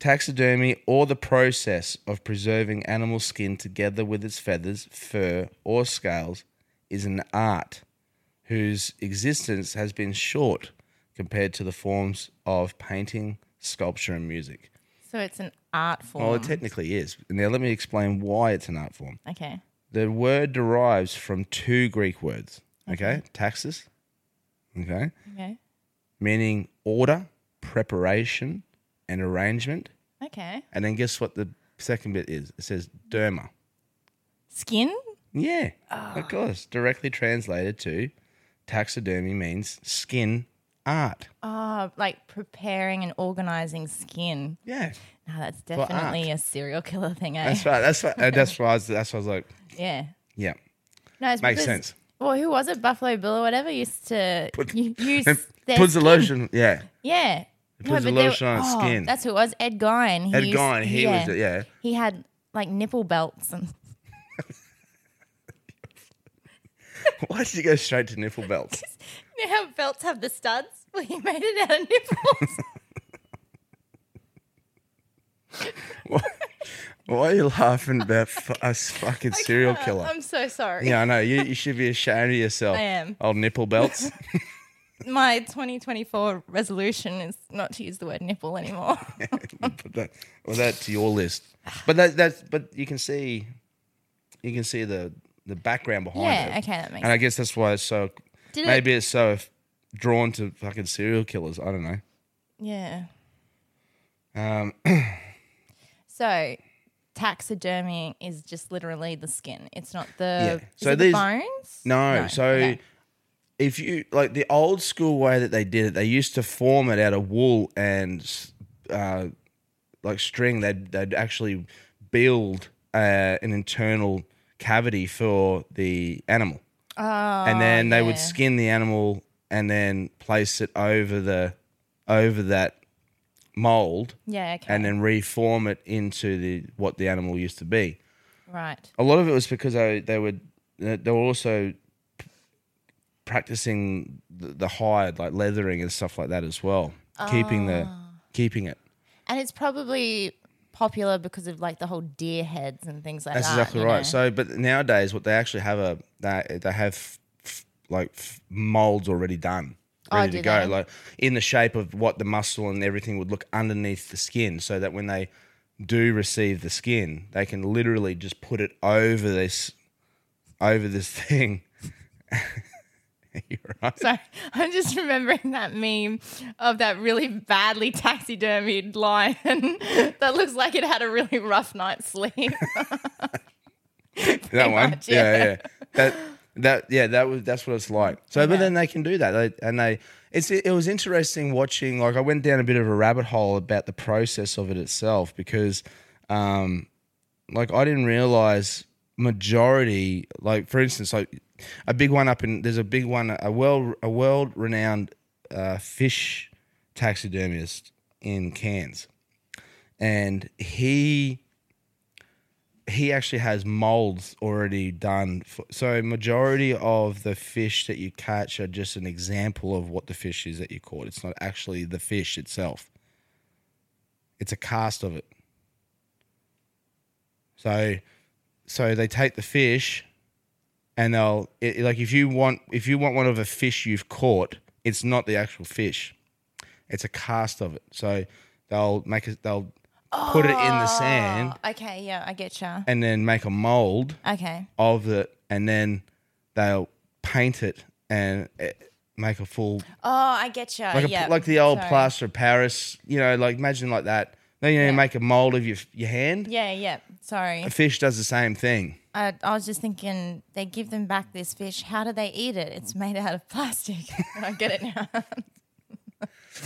A: Taxidermy, or the process of preserving animal skin together with its feathers, fur, or scales, is an art whose existence has been short compared to the forms of painting, sculpture, and music.
B: So it's an art form.
A: Well, it technically is. Now, let me explain why it's an art form.
B: okay.
A: The word derives from two Greek words, okay? Taxis, okay?
B: Okay.
A: Meaning order, preparation, and arrangement.
B: Okay.
A: And then guess what the second bit is? It says derma.
B: Skin?
A: Yeah, of course. Directly translated to taxidermy means skin art.
B: Oh, like preparing and organizing skin.
A: Yeah,
B: No, that's
A: art.
B: definitely a serial killer thing, eh?
A: that's right. That's right. uh, That's why. I was, that's why I was like,
B: yeah.
A: yeah.
B: No, it's
A: Makes
B: because-
A: sense.
B: Well, who was it? Buffalo Bill or whatever used to
A: Put-
B: u- use
A: It
B: their
A: puts the
B: skin.
A: lotion. Yeah,
B: Yeah.
A: puts the
B: but there-
A: lotion on his skin.
B: That's who it was. Ed Gein. He
A: Ed
B: used-
A: Gein, he was the- yeah.
B: He had like nipple belts and
A: Why did you go straight to nipple belts?
B: you know how belts have the studs? Well, he made it out of nipples.
A: Why are you laughing about f- us fucking serial killer?
B: I'm so sorry.
A: yeah, I know. You, you should be ashamed of yourself.
B: I am.
A: Old nipple belts.
B: My 2024 resolution is not to use the word nipple anymore.
A: put that, well, that to your list. But that that's but you can see, you can see the the background behind it.
B: yeah. Okay, that makes.
A: And I guess that's why it's so.
B: Did it-
A: maybe it's so f- drawn to fucking serial killers. I don't know.
B: Yeah.
A: Um,
B: So taxidermy is just literally the skin. It's not the,
A: Yeah.
B: is
A: So
B: it the
A: these-
B: bones.
A: no,
B: No,
A: so
B: okay.
A: if you like the old school way that they did it, they used to form it out of wool and uh, like string. They'd they'd actually build uh, an internal cavity for the animal.
B: Oh,
A: and then they would
B: yeah.
A: skin the animal and then place it over the over that mold
B: Yeah. Okay.
A: and then reform it into the what the animal used to be.
B: right.
A: A lot of it was because they, they would they were also practicing the, the hide like leathering and stuff like that as well, keeping the keeping it.
B: And it's probably popular because of like the whole deer heads and things like
A: That's
B: that.
A: exactly
B: you
A: right.
B: know?
A: So, but nowadays, what they actually have a they they have f- f- like f- molds already done,
B: Oh,
A: ready
B: do
A: to go,
B: they?
A: like in the shape of what the muscle and everything would look underneath the skin, so that when they do receive the skin, they can literally just put it over this over this thing. You're right.
B: Sorry, I'm just remembering that meme of that really badly taxidermied lion that looks like it had a really rough night's sleep.
A: that one.
B: much,
A: yeah.
B: yeah.
A: yeah, That that yeah, that was that's what it's like. So, but then they can do that, they, and they. It's it was interesting watching. Like I went down a bit of a rabbit hole about the process of it itself because, um, like I didn't realize majority. Like for instance, like a big one up in there's a big one a world a world renowned uh, fish taxidermist in Cairns, and he he actually has molds already done. For, so majority of the fish that you catch are just an example of what the fish is that you caught. It's not actually the fish itself. It's a cast of it. So, so they take the fish, and they'll it, like if you want if you want one of a fish you've caught, it's not the actual fish. It's a cast of it. So they'll make it. They'll put it in the sand
B: Oh, okay, yeah, I get you.
A: and then make a mold
B: Okay,
A: of it, and then they'll paint it and eh, make a full
B: oh, I get you.
A: like a,
B: yeah,
A: like the old
B: Sorry.
A: plaster of Paris. You know, like imagine like that. Then you know, you make a mold of your your hand.
B: Yeah, yeah. Sorry,
A: A fish does the same thing.
B: I, I was just thinking they give them back this fish. How do they eat it? It's made out of plastic. I get it now.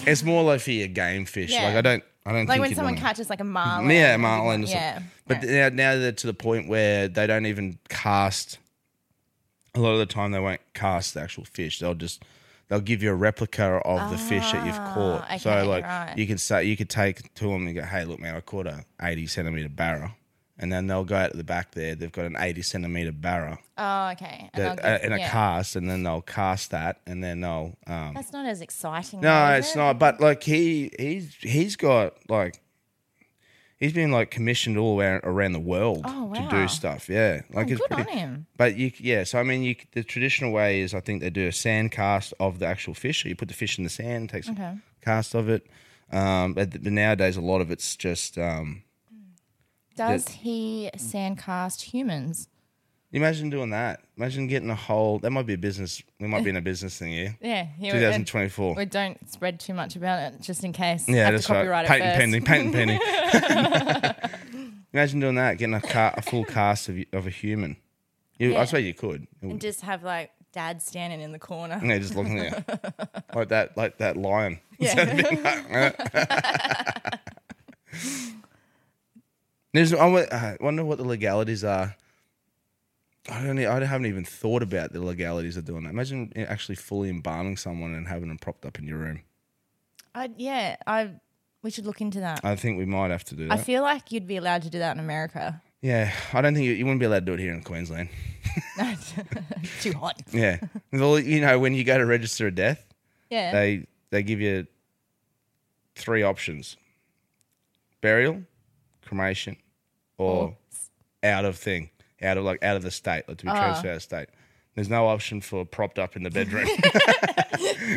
A: It's more like for your game fish.
B: Yeah.
A: Like I don't, I don't
B: like
A: think
B: when
A: you'd
B: someone
A: wanna-
B: catches like a marlin.
A: Yeah,
B: or something
A: marlin.
B: like-
A: or something.
B: Yeah,
A: But
B: yeah.
A: now, now they're to the point where they don't even cast. A lot of the time, they won't cast the actual fish. They'll just they'll give you a replica of the fish that you've caught.
B: Ah, okay,
A: so like
B: right.
A: you can say you could take to them and go, "Hey, look, man, I caught a eighty centimeter barra." And then they'll go out to the back there. They've got an eighty centimeter barra
B: oh, okay. And I'll
A: that,
B: get-
A: uh, in a
B: yeah.
A: cast, and then they'll cast that, and then they'll um,
B: That's not as exciting.
A: no,
B: though, is
A: it's
B: it?
A: not. But like he he's he's got like he's been like commissioned all around, around the world
B: Oh,
A: to
B: wow. Oh,
A: do stuff. Yeah, like it's
B: good
A: pretty.
B: on him.
A: But you yeah, so I mean, you the traditional way is I think they do a sand cast of the actual fish. So you put the fish in the sand, takes
B: Okay.
A: a cast of it. Um, but, th- but nowadays a lot of it's just um,
B: Does he sandcast humans?
A: Imagine doing that. Imagine getting a whole. That might be a business. We might be in a business thing here.
B: Yeah. here we- and
A: 2024.
B: We don't spread too much about it, just in case.
A: Yeah,
B: Have to
A: that's right.
B: copyright it
A: Patent
B: first.
A: pending, patent pending. Imagine doing that, getting a, ca- a full cast of, y- of a human. You, I
B: Yeah.
A: swear you could. It would-
B: And just have like dad standing in the corner.
A: yeah, just looking at you. like that, like that lion. There's, I wa- I wonder what the legalities are. I don't. e- I haven't even thought about the legalities of doing that. Imagine actually fully embalming someone and having them propped up in your room.
B: I, yeah, I. We should look into that.
A: I think we might have to do
B: I
A: that.
B: feel like you'd be allowed to do that in America.
A: yeah, I don't think you, you wouldn't be allowed to do it here in Queensland.
B: Too hot.
A: Yeah, Well, you know when you go to register a death,
B: Yeah.
A: they they give you three options: burial, cremation, or out of thing, out of like out of the state, like to
B: Ah.
A: be transferred out of state. There's no option for propped up in the bedroom.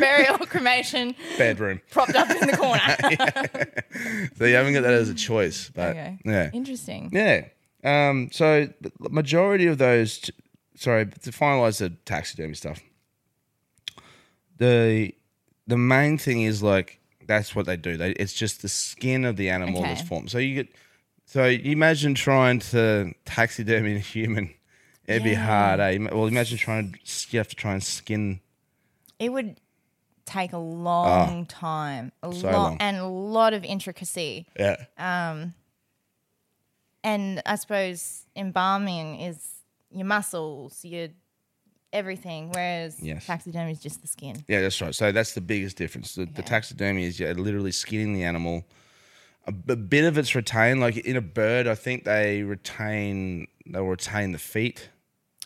B: Burial, cremation,
A: bedroom.
B: propped up in the corner.
A: So you haven't got that as a choice, but
B: Okay.
A: yeah,
B: Interesting.
A: yeah. Um, so the majority of those, t- sorry, to finalize the taxidermy stuff, the the main thing is like that's what they do. They, it's just the skin of the animal
B: Okay.
A: that's formed. So you get, so you imagine trying to taxidermy a human. It'd be
B: Yeah.
A: hard, eh? Ima- Well, imagine trying to you have to try and skin.
B: It would take a long time, a
A: Ah. so
B: lot,
A: long.
B: and a lot of intricacy.
A: Yeah,
B: And I suppose embalming is your muscles, your everything, whereas
A: Yes.
B: taxidermy is just the skin.
A: Yeah, that's right. So that's the biggest difference. The, the taxidermy is you're literally skinning the animal. A, b- bit of it's retained. Like in a bird, I think they retain they'll retain the feet.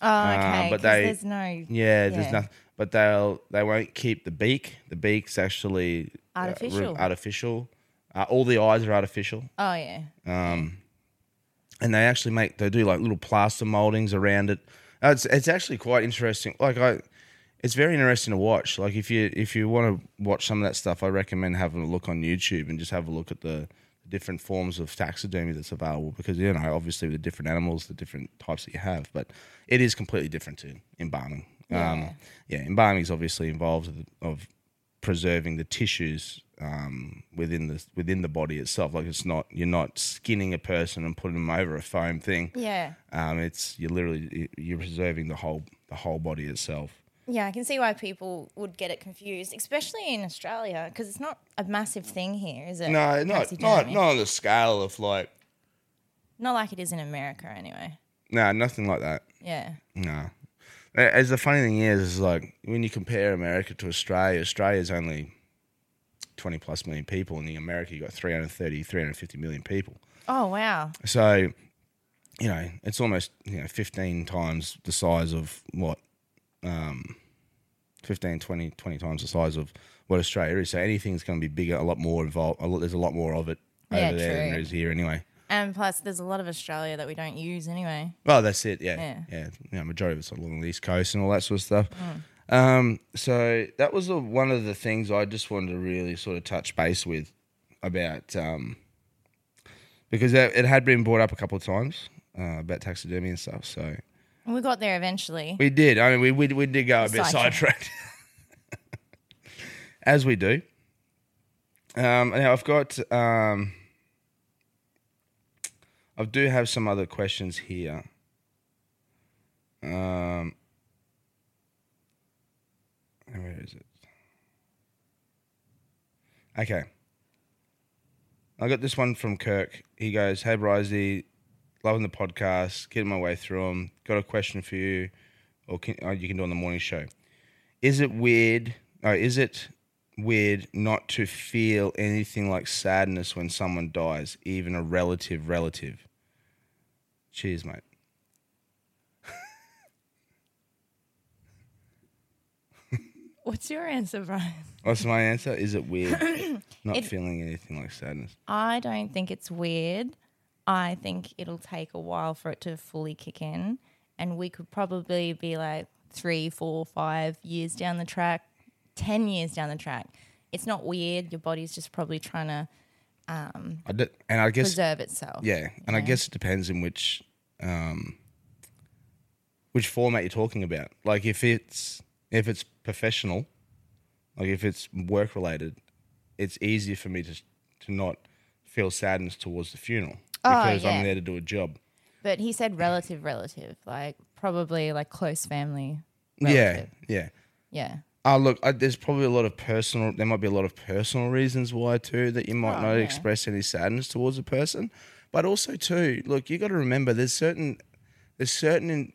B: Oh, okay.
A: Ah, but
B: 'cause
A: they-
B: there's no
A: Yeah, there's
B: Yeah.
A: nothing, but they'll they won't keep the beak. The beak's actually uh, re-
B: Artificial.
A: artificial. Uh, all the eyes are artificial,
B: Oh yeah.
A: and they actually make they do like little plaster moldings around it. Uh, It's it's actually quite interesting. Like I, it's very interesting to watch. Like if you if you want to watch some of that stuff, I recommend having a look on YouTube and just have a look at the different forms of taxidermy that's available because you know obviously the different animals, the different types that you have, but it is completely different to embalming. Um, yeah, embalming is obviously involved with- of preserving the tissues um, within the within the body itself. Like it's not you're not skinning a person and putting them over a foam thing.
B: Yeah.
A: Um, it's you're literally you're preserving the whole the whole body itself.
B: Yeah, I can see why people would get it confused, especially in Australia, because it's not a massive thing here, is it?
A: No, not not
B: Taxidermy.
A: not on the scale of like
B: Not like it is in America, anyway.
A: no, nothing like that.
B: Yeah.
A: No. As the funny thing is, is like when you compare America to Australia, Australia's only twenty plus million people, and in America you got 330, 350 million people.
B: Oh wow.
A: So, you know, it's almost you know fifteen times the size of what, um, 15, 20, 20 times the size of what Australia is. So anything's going to be bigger, a lot more involved. A lot, there's a lot more of it over there
B: Yeah,
A: than
B: true.
A: there is here, anyway.
B: And plus, there's a lot of Australia that we don't use anyway.
A: Well, that's it. Yeah, yeah.
B: Yeah.
A: You know, majority of it's along the east coast and all that sort of stuff. Um, so that was the, one of the things I just wanted to really sort of touch base with about um, because it, it had been brought up a couple of times uh, about taxidermy and stuff. So
B: And we got there eventually.
A: we did. I mean, we we, we did go a bit
B: Sidetracked.
A: sidetracked, as we do. Um, now I've got. Um, I do have some other questions here. Um, where is it? Okay. I got this one from Kirk. He goes, "Hey, Brizzy, loving the podcast, getting my way through them. Got a question for you, or can, oh, you can do it on the morning show. Is it weird? Or is it weird not to feel anything like sadness when someone dies, even a relative relative? Cheers, mate.
B: What's your answer, Brian?
A: What's my answer? Is it weird not
B: It-
A: feeling anything like sadness?
B: I don't think it's weird. I think it'll take a while for it to fully kick in, and we could probably be like three, four, five years down the track, ten years down the track. It's not weird. Your body's just probably trying to um,
A: I d- and I guess
B: preserve itself.
A: yeah, and I
B: Yeah.
A: guess it depends in which um, which format you're talking about. Like if it's if it's professional, like if it's work related, it's easier for me to to not feel sadness towards the funeral
B: Oh,
A: because
B: yeah.
A: I'm there to do a job.
B: But he said relative, relative, like probably like close family. relative.
A: Yeah, yeah.
B: Yeah.
A: Uh, look, I, there's probably a lot of personal. There might be a lot of personal reasons why too that you might
B: Oh,
A: not
B: yeah.
A: express any sadness towards a person, but also too, look, you got to remember there's certain there's certain in-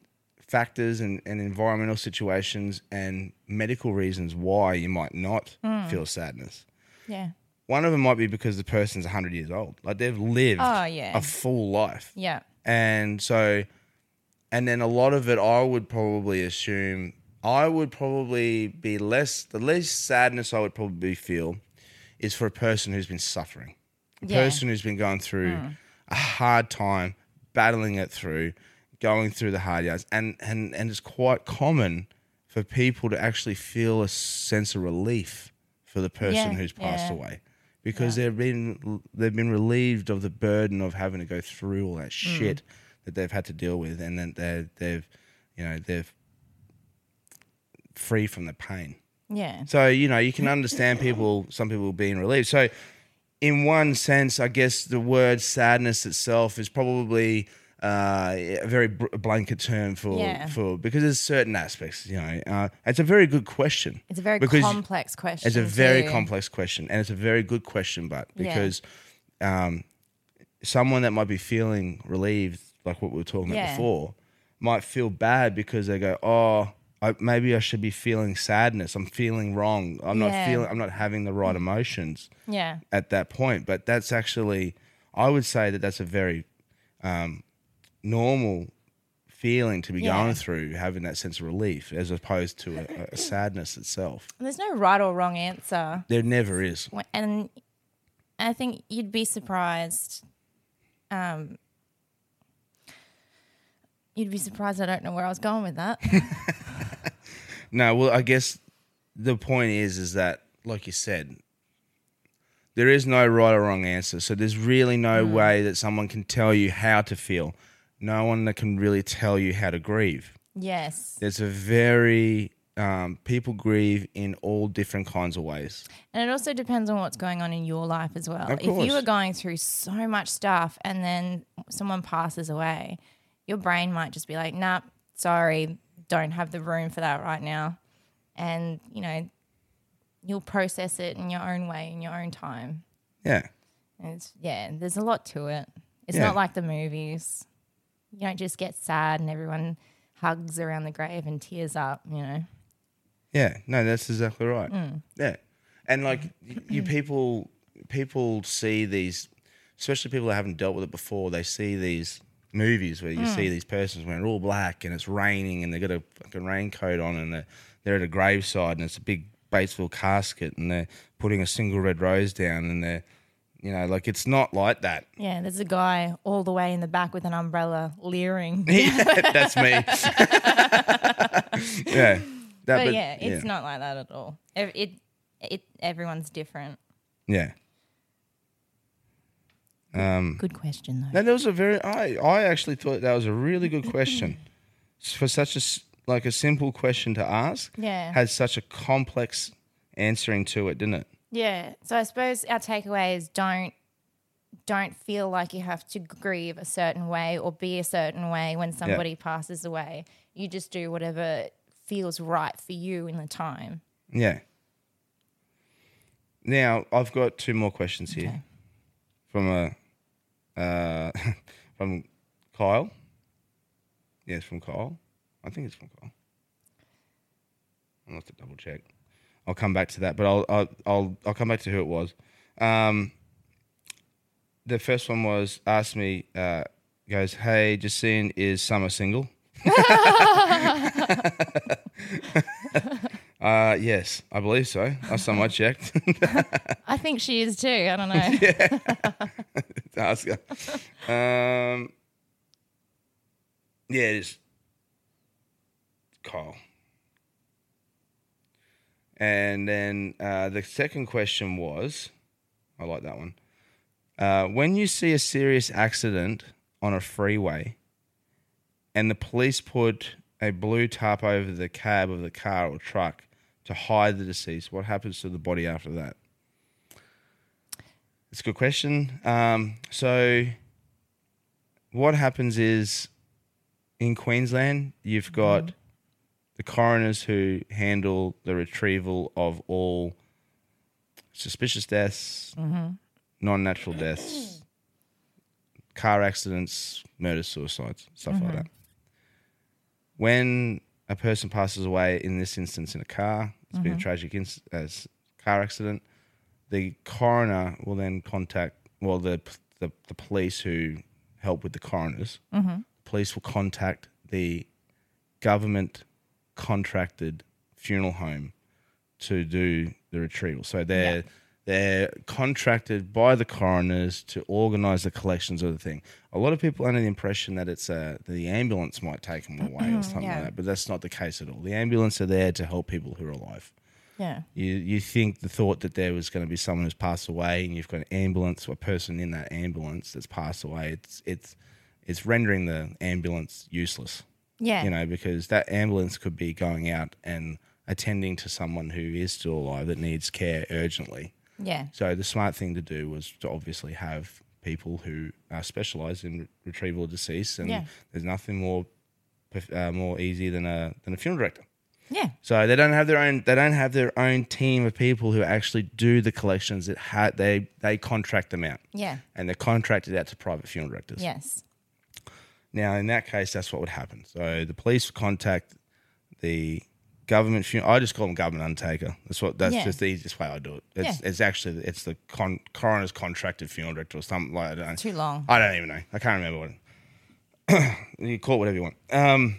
A: factors and, and environmental situations and medical reasons why you might not
B: Hmm.
A: feel sadness.
B: Yeah.
A: One of them might be because the person's 100 years old, like they've lived
B: Oh, yeah.
A: a full life.
B: Yeah.
A: And so, and then a lot of it, I would probably assume, I would probably be less, the least sadness I would probably feel is for a person who's been suffering, a
B: Yeah. Hmm.
A: person who's been going through a hard time, battling it through, going through the hard yards. And, and, and it's quite common for people to actually feel a sense of relief for the person
B: Yeah,
A: who's passed
B: yeah.
A: away because they've been they've been relieved of the burden of having to go through all that
B: Hmm.
A: shit that they've had to deal with, and then they they've you know they've free from the pain.
B: Yeah.
A: So you know you can understand people, some people being relieved. So in one sense, I guess the word sadness itself is probably. Uh, a very br- blanket term for
B: Yeah.
A: for because there's certain aspects, you know. Uh, it's a very good question.
B: It's a very
A: Because-
B: complex question.
A: It's a very
B: too.
A: complex question, and it's a very good question, but
B: Yeah.
A: because um, someone that might be feeling relieved, like what we were talking about
B: Yeah.
A: before, might feel bad because they go, "Oh, I, maybe I should be feeling sadness. I'm feeling wrong. I'm not
B: Yeah.
A: feeling. I'm not having the right emotions
B: Yeah.
A: at that point." But that's actually, I would say that that's a very um, normal feeling to be
B: Yeah.
A: going through, having that sense of relief, as opposed to a, a sadness itself.
B: And there's no right or wrong answer.
A: There never is.
B: Wh- And I think you'd be surprised. Um, you'd be surprised. I don't know where I was going with that.
A: No, well, I guess the point is, is that like you said, there is no right or wrong answer. So there's really no way that someone can tell you how to feel. No one that can really tell you how to grieve.
B: yes.
A: There's a very um, people grieve in all different kinds of ways.
B: And it also depends on what's going on in your life as well.
A: Of
B: If
A: course.
B: you are going through so much stuff and then someone passes away, your brain might just be like, nah, sorry, don't have the room for that right now. And, you know, you'll process it in your own way, in your own time.
A: Yeah,
B: And it's, yeah, there's a lot to it. It's
A: Yeah.
B: not like the movies. You don't just get sad and everyone hugs around the grave and tears up, you know.
A: yeah. No, that's exactly right.
B: Mm.
A: Yeah, and like y- you people, people see these, especially people that haven't dealt with it before. They see these movies where you
B: Mm.
A: see these persons wearing all black and it's raining and they got a fucking raincoat on and they're, they're at a graveside and it's a big Batesville casket and they're putting a single red rose down and they're, you know, like it's not like that.
B: Yeah, there's a guy all the way in the back with an umbrella leering.
A: That's me. yeah. That,
B: but, yeah, it's not like that at all. Ev- It, it, everyone's different.
A: Yeah. Um,
B: Good question though.
A: No, that was a very. I I actually thought that was a really good question for such a s- like a simple question to ask.
B: Yeah.
A: had such a complex answering to it, didn't it?
B: yeah. So I suppose our takeaway is don't don't feel like you have to grieve a certain way or be a certain way when somebody passes away. You just do whatever feels right for you in the time.
A: Yeah. Now I've got two more questions here
B: Okay.
A: from a uh, from Kyle. Yes, from Kyle. I think it's from Kyle. I'll have to double check. I'll come back to that, but I'll I'll I'll, I'll come back to who it was. Um, the first one was asked me uh, goes, "Hey, Justine, is summer single?" Uh, yes, I believe so. Last time I checked.
B: I think she is too. I don't know.
A: to ask her. Um, yeah, it is. Kyle. And then uh, the second question was, I like that one. Uh, when you see a serious accident on a freeway and the police put a blue tarp over the cab of the car or truck to hide the deceased, what happens to the body after that? It's a good question. Um, so, what happens is in Queensland, you've got the coroners who handle the retrieval of all suspicious deaths, non-natural deaths, car accidents, murders, suicides, stuff like that. When a person passes away, in this instance, in a car, it's been a tragic inc- as car accident. The coroner will then contact, well, the the, the police who help with the coroners. Police will contact the government contracted funeral home to do the retrieval. So they're they're contracted by the coroners to organise the collections of the thing. A lot of people are under the impression that it's uh the ambulance might take them away or something
B: yeah.
A: like that, but that's not the case at all. The ambulance are there to help people who are alive.
B: Yeah.
A: You you think the thought that there was going to be someone who's passed away, and you've got an ambulance or a person in that ambulance that's passed away. It's it's it's rendering the ambulance useless
B: Yeah.
A: you know, because that ambulance could be going out and attending to someone who is still alive that needs care urgently.
B: yeah.
A: So the smart thing to do was to obviously have people who are specialised in re- retrieval of deceased, and
B: Yeah.
A: there's nothing more perf- uh, more easy than a than a funeral director.
B: Yeah.
A: So they don't have their own they don't have their own team of people who actually do the collections. That ha- they they contract them out,
B: Yeah.
A: and they're contracted out to private funeral directors.
B: Yes.
A: Now, in that case, that's what would happen. So the police would contact the government. fu- I just call them government undertaker. That's what. That's
B: Yeah.
A: just the easiest way I do it. It's,
B: Yeah.
A: it's actually it's the con- coroner's contracted funeral director or something like that.
B: Too long.
A: I don't even know. I can't remember what. you call it whatever you want. Um,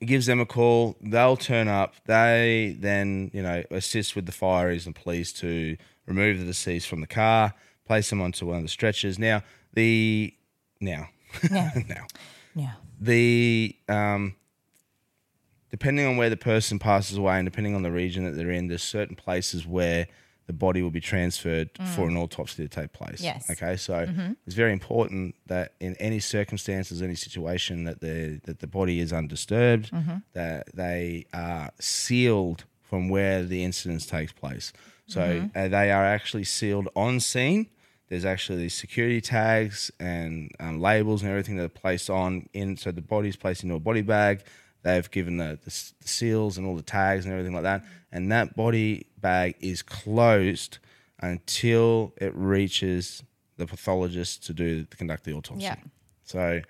A: it gives them a call. They'll turn up. They then you know assist with the fireys and police to remove the deceased from the car, place them onto one of the stretchers. Now the now
B: Yeah.
A: now
B: yeah.
A: the um, depending on where the person passes away and depending on the region that they're in, there's certain places where the body will be transferred for an autopsy to take place.
B: Mm. Yes.
A: Okay. So it's very important that in any circumstances, any situation, that the that the body is undisturbed, that they are sealed from where the incidents takes place. So uh, they are actually sealed on scene. There's actually these security tags and um, labels and everything that are placed on in. So the body's placed into a body bag. They've given the, the, s- the seals and all the tags and everything like that. And that body bag is closed until it reaches the pathologist to do to conduct the autopsy.
B: Yeah.
A: So,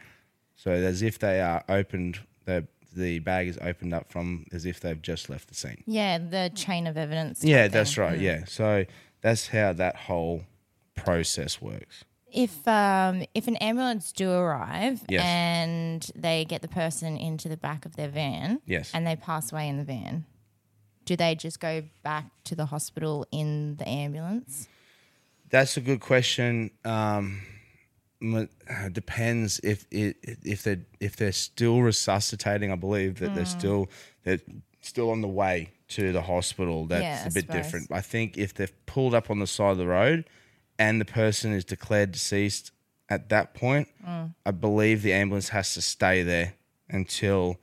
A: so as if they are opened, the the bag is opened up from as if they've just left the scene.
B: Yeah. The chain of evidence.
A: Yeah, that's right. Yeah. So that's how that whole process works.
B: If um, if an ambulance do arrive
A: Yes.
B: and they get the person into the back of their van,
A: Yes.
B: and they pass away in the van, do they just go back to the hospital in the ambulance?
A: That's a good question. Um, m- it depends if it if they if they're still resuscitating. I believe that they're
B: Hmm.
A: still they're still on the way to the hospital. That's
B: Yeah, I
A: a bit
B: suppose.
A: different. I think if they've pulled up on the side of the road and the person is declared deceased at that point,
B: Hmm.
A: I believe the ambulance has to stay there until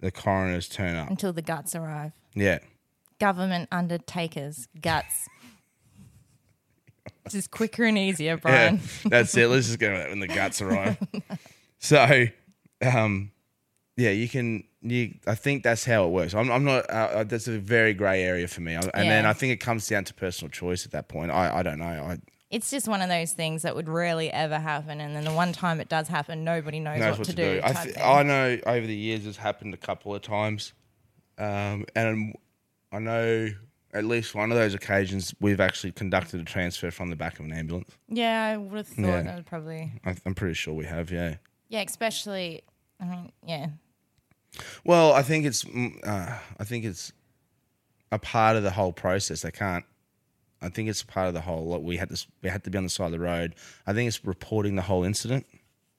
A: the coroners turn up.
B: until the guts arrive.
A: Yeah.
B: Government undertakers, guts. this is quicker and easier, Brian.
A: Yeah, that's it. Let's just go with that when the guts arrive. so, um, yeah, you can. You, I think that's how it works. I'm, I'm not. Uh, uh, that's a very grey area for me. I, and then
B: Yeah.
A: I think it comes down to personal choice at that point. I, I don't know. I
B: It's just one of those things that would rarely ever happen, and then the one time it does happen, nobody knows,
A: knows
B: what, to do.
A: I,
B: type
A: th-
B: thing.
A: I know over the years it's happened a couple of times, um, and i I know at least one of those occasions we've actually conducted a transfer from the back of an ambulance.
B: yeah, I would have thought
A: Yeah.
B: that would probably.
A: I, I'm pretty sure we have. Yeah.
B: Yeah, especially. I mean, yeah,
A: Well, I think it's mm, uh, I think it's a part of the whole process. They can't. I think it's part of the whole. Like we had to we had to be on the side of the road. I think it's reporting the whole incident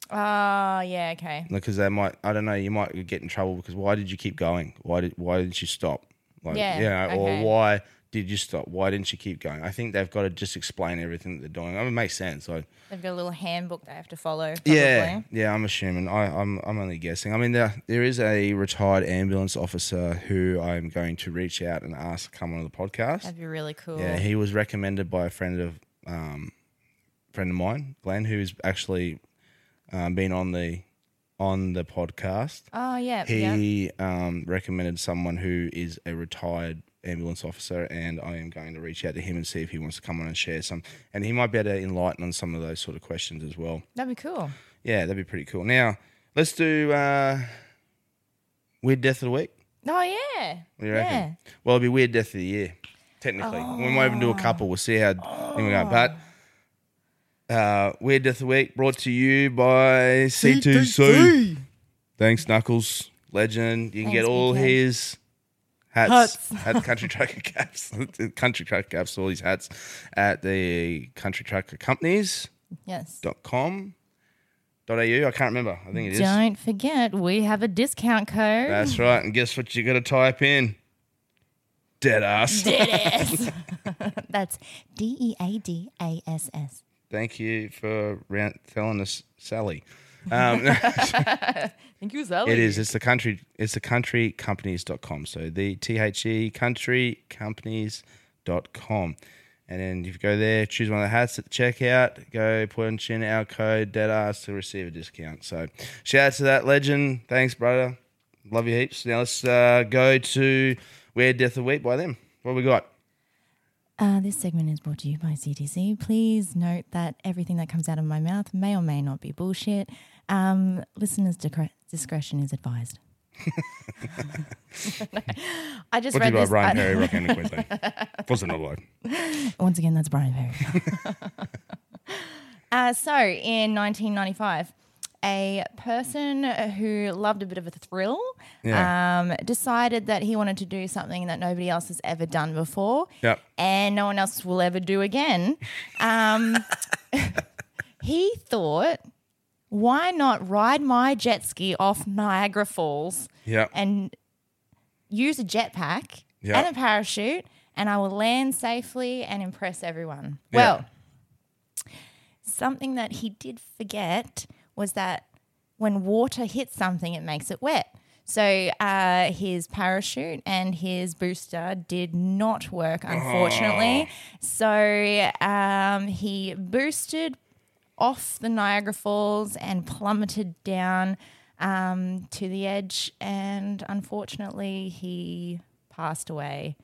B: Oh, yeah, okay.
A: because they might. I don't know. You might get in trouble because why did you keep going? Why did why did you stop? Like
B: Yeah,
A: you know, or
B: okay.
A: why did you stop? Why didn't you keep going? I think they've got to just explain everything that they're doing. I mean, it makes sense. I,
B: They've got a little handbook they have to follow.
A: yeah,
B: probably.
A: yeah. I'm assuming. I, I'm I'm only guessing. I mean, there there is a retired ambulance officer who I'm going to reach out and ask to come on the podcast.
B: That'd be really cool.
A: Yeah, he was recommended by a friend of um, friend of mine, Glenn, who's actually um, been on the on the podcast.
B: oh, yeah. yeah.
A: He um, recommended someone who is a retired ambulance officer, and I am going to reach out to him and see if he wants to come on and share some. And he might be able to enlighten on some of those sort of questions as well.
B: That'd be cool.
A: Yeah, that'd be pretty cool. Now, let's do uh, weird death of the week.
B: Oh, yeah.
A: What do you reckon? Well, it'll be weird death of the year, technically. We might even do a couple. We'll see how thing we go.
B: Oh.
A: But uh, weird death of the week brought to you by C2C. Thanks, Knuckles, legend. You can get
B: Thanks,
A: all
B: BK.
A: his hats,
B: Hats.
A: hat country trucker caps, country trucker caps, all his hats at the country trucker companies
B: Yes.
A: dot com dot au. I can't remember. I think it is.
B: Don't forget, we have a discount code.
A: That's right. And guess what? You got to type in dead ass.
B: Did it. That's D E A D A S S.
A: Thank you for round- telling us, Sally. Um,
B: Thank you, Sally.
A: it is. It's the country. It's the countrycompanies.com. So the T H E countrycompanies.com. And then if you go there, choose one of the hats at the checkout, go punch in our code DEADASS to receive a discount. So shout out to that legend. Thanks, brother. Love you heaps. Now let's uh, go to Where Death of the Week by them. What we got?
B: Uh, this segment is brought to you by CTC. Please note that everything that comes out of my mouth may or may not be bullshit. Um, listeners' discre- discretion is advised. I just
A: Brought to you
B: read
A: by
B: this.
A: Brian
B: I-
A: Perry, Rockhampton, Queensland. Was another one.
B: Once again, that's Brian Perry. uh, so, in 1995, a person who loved a bit of a thrill
A: Yeah.
B: um, decided that he wanted to do something that nobody else has ever done before
A: Yep.
B: and no one else will ever do again. Um, he thought, why not ride my jet ski off Niagara Falls?
A: Yep.
B: and use a jetpack
A: Yeah.
B: and a parachute, and I will land safely and impress everyone.
A: Yeah.
B: Well, something that he did forget was that when water hits something, it makes it wet. So uh, his parachute and his booster did not work, unfortunately. So um, he boosted off the Niagara Falls and plummeted down um, to the edge. And unfortunately, he passed away.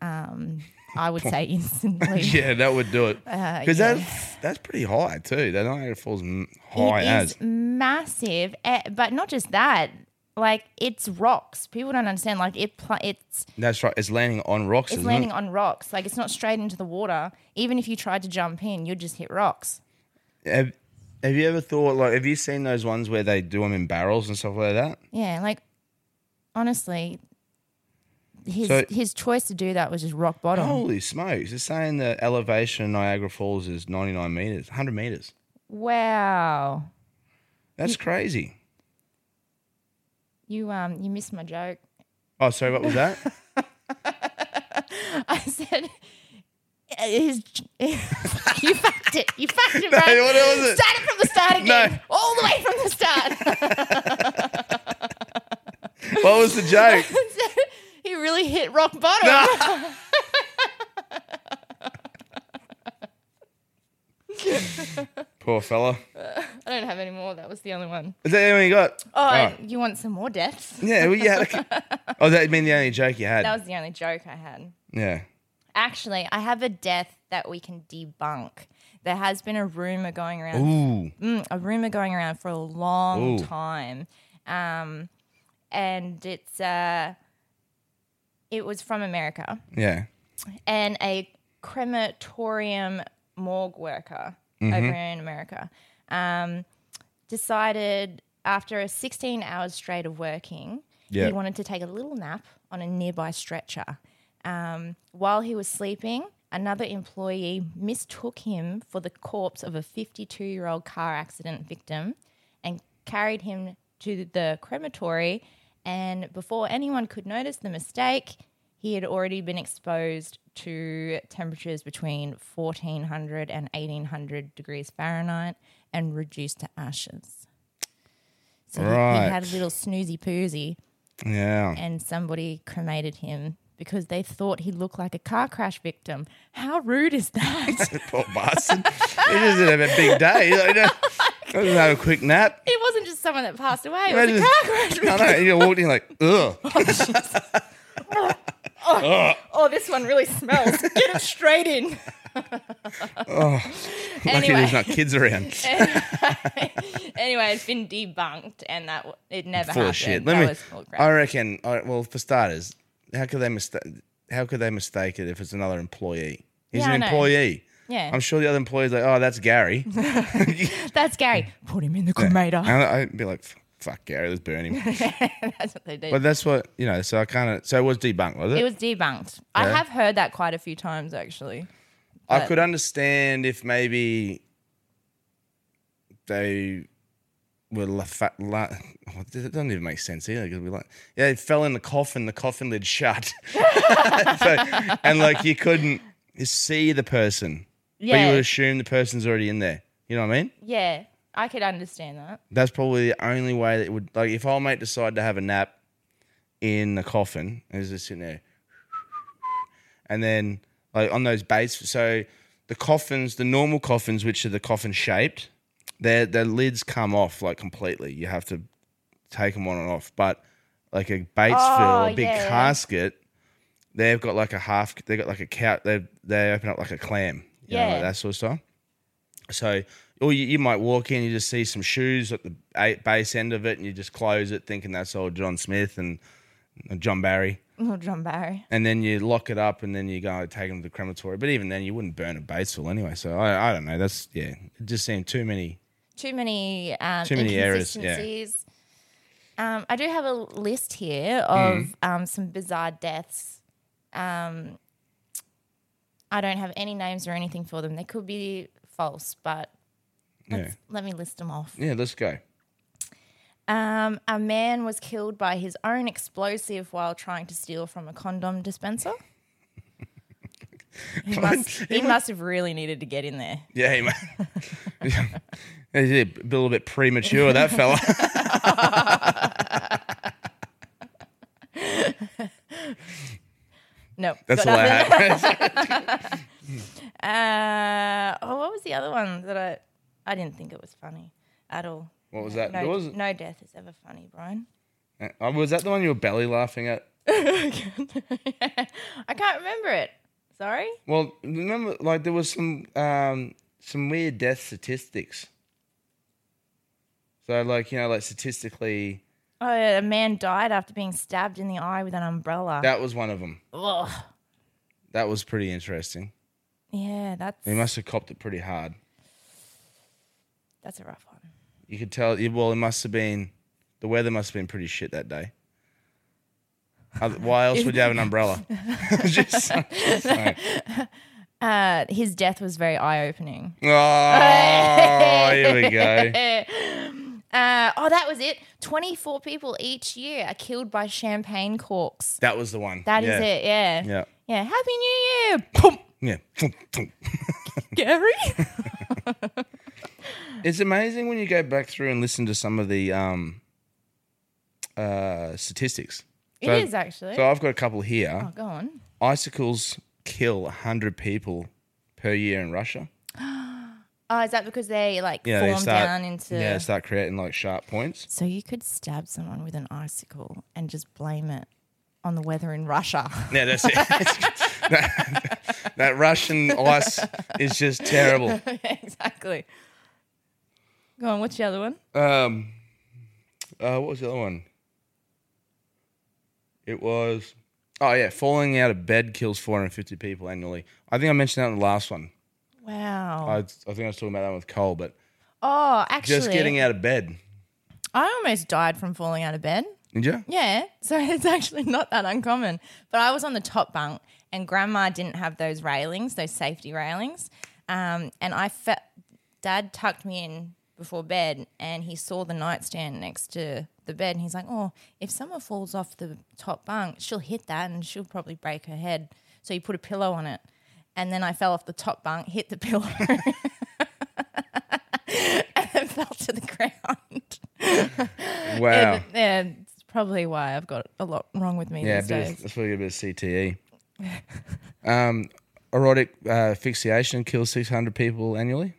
B: Um, I would say instantly.
A: Yeah, that would do it. Because
B: yeah.
A: that's that's pretty high too. That Niagara Falls m- high
B: Uh, It
A: as
B: is massive, eh, but not just that. Like it's rocks. People don't understand. Like it, pl- it's
A: that's right. It's landing on rocks.
B: it's
A: isn't
B: landing
A: It?
B: on rocks. Like it's not straight into the water. Even if you tried to jump in, you'd just hit rocks.
A: Have, have you ever thought like Have you seen those ones where they do them in barrels and stuff like that?
B: Yeah, like honestly, his
A: So- Oh.
B: his choice to do that was just rock bottom.
A: Holy smokes! It's saying the elevation of Niagara Falls is ninety nine meters, hundred meters.
B: Wow,
A: That's crazy.
B: you um you missed my joke.
A: Oh, sorry, what was that?
B: I said. "Uh, His, you fucked it. You fucked it, right?
A: what was it?
B: Start it from the start again. All the way from the start.
A: what was the joke?
B: he really hit rock bottom.
A: Poor fella.
B: I don't have any more. That was the only one.
A: Is that the only one you got?
B: Oh,
A: Right.
B: you want some more deaths?
A: Yeah. Well, you had. A, oh, that mean the only joke you had.
B: That was the only joke I had.
A: yeah.
B: Actually, I have a death that we can debunk. There has been a rumor going around,
A: Ooh.
B: mm, a rumor going around for a long
A: Ooh.
B: time, um, and it's uh, it was from America.
A: Yeah.
B: and a crematorium morgue worker
A: Mm-hmm.
B: over in America um, decided after a 16 hours straight of working,
A: Yeah.
B: he wanted to take a little nap on a nearby stretcher. Um, while he was sleeping, another employee mistook him for the corpse of a 52 year old car accident victim and carried him to the crematory. And before anyone could notice the mistake, he had already been exposed to temperatures between 1400 and 1800 degrees Fahrenheit and reduced to ashes. So he- he
A: Right.
B: had a little snoozy poozy,
A: Yeah.
B: and somebody cremated him because they thought he looked like a car crash victim. How rude is that?
A: Poor bastard. he doesn't have a big day. He doesn't he doesn't have a quick nap.
B: it wasn't just someone that passed away, it was a
A: Imagine-
B: car
A: I
B: crash victim.
A: know. He walked in like, ugh.
B: Oh, this one really smells. Get it straight in.
A: Lucky there's not kids around.
B: anyway, it's been debunked, and that w- it never
A: Full
B: happened.
A: of shit.
B: that
A: Let me.
B: was all crap.
A: I reckon. I, well, for starters, how could they mistake? How could they mistake it if it's another employee? He's
B: Yeah, I
A: an
B: know.
A: employee.
B: yeah,
A: I'm sure the other employee's like, oh, that's Gary.
B: that's Gary. Put him in the cremator.
A: And I'd be like, "F- fuck Gary, let's burn him.
B: that's what they do.
A: but that's what you know. So I kind of. So it was debunked, was it?
B: it was debunked. I
A: Yeah.
B: have heard that quite a few times, actually.
A: I
B: but-
A: could understand if maybe they were la, fa- la, what- it doesn't even make sense either because we like yeah it fell in the coffin the coffin lid shut so, and like you couldn't see the person but you
B: Yeah,
A: would assume the person's already in there you know what I mean
B: yeah, I could understand that.
A: that's probably the only way that it would like if old mate decided to have a nap in the coffin and he's just sitting there and then like on those baits so the coffins the normal coffins which are the coffin shaped their their lids come off like completely you have to take them on and off but like a baits
B: Oh,
A: fill a big
B: yeah, yeah.
A: casket they've got like a half they've got like a cow they they open up like a clam you know,
B: Yeah.
A: like that sort of stuff so, or you, you might walk in, you just see some shoes at the a- base end of it, and you just close it, thinking that's old John Smith and and John Barry.
B: Little John Barry.
A: And then you lock it up, and then you go take them to the crematory. But even then, you wouldn't burn a base fill anyway. So I, I don't know. That's yeah. It just seemed too many.
B: Too many, um,
A: Too many errors, yeah.
B: inconsistencies. Um, I do have a list here of
A: Mm.
B: um, some bizarre deaths. Um, I don't have any names or anything for them. They could be false, but
A: Yeah,
B: let me list them off.
A: yeah. Let's go.
B: Um, a man was killed by his own explosive while trying to steal from a condom dispenser. He must, he must have really needed to get in there.
A: Yeah, he might. He's a bit- a little bit premature, that fella.
B: No,
A: That's
B: got
A: all I
B: nothing.
A: had.
B: Uh, oh, what was the other one that I I didn't think it was funny at all.
A: What was that?
B: No,
A: There was-
B: no death is ever funny, Brian.
A: Oh, was that the one you were belly laughing at?
B: I can't remember it. Sorry.
A: Well, remember, like there was some um, some weird death statistics. So, like you know, like statistically,
B: Oh, a man died after being stabbed in the eye with an umbrella.
A: that was one of them.
B: Ugh.
A: That was pretty interesting.
B: Yeah, that's
A: He must have copped it pretty hard.
B: that's a rough one.
A: You could tell. yeah, Well, it must have been the weather must have been pretty shit that day. Other- Why else would you have an umbrella? Just- oh,
B: Uh, his death was very eye opening.
A: oh, here we go.
B: Uh, oh, that was it. 24 people each year are killed by champagne corks.
A: That was the one.
B: That is
A: yeah.
B: it, yeah.
A: Yeah.
B: Yeah, Happy New Year! Pump,
A: Yeah.
B: Gary.
A: It's amazing when you go back through and listen to some of the um, uh, statistics.
B: It
A: So-
B: is actually.
A: So I've got a couple here.
B: oh, go on.
A: Icicles kill 100 people per year in Russia.
B: Oh, is that because they like
A: Yeah, they
B: form
A: start-
B: down into?
A: Yeah, start creating like sharp points.
B: So you could stab someone with an icicle and just blame it on the weather in Russia.
A: Yeah, that's it. that, that Russian ice is just terrible.
B: exactly. Go on. What's the other one?
A: Um, uh, what was the other one? It was. Oh yeah, falling out of bed kills 450 people annually. I think I mentioned that in the last one.
B: Wow.
A: I, I think I was talking about that with Cole, but
B: oh, actually,
A: just getting out of bed.
B: I almost died from falling out of bed.
A: Did you?
B: Yeah, so it's actually not that uncommon. But I was on the top bunk, and Grandma didn't have those railings, those safety railings, um, and I felt Dad tucked me in before bed, and he saw the nightstand next to the bed, and he's like, "Oh, if someone falls off the top bunk, she'll hit that, and she'll probably break her head." So you put a pillow on it. And then I fell off the top bunk, hit the pillow, and fell to the ground.
A: Wow.
B: Yeah, but, yeah, it's probably why I've got a lot wrong with me
A: Yeah, a
B: these
A: bit of,
B: days.
A: that's where you get a bit of CTE. um, erotic uh, asphyxiation kills 600 people annually.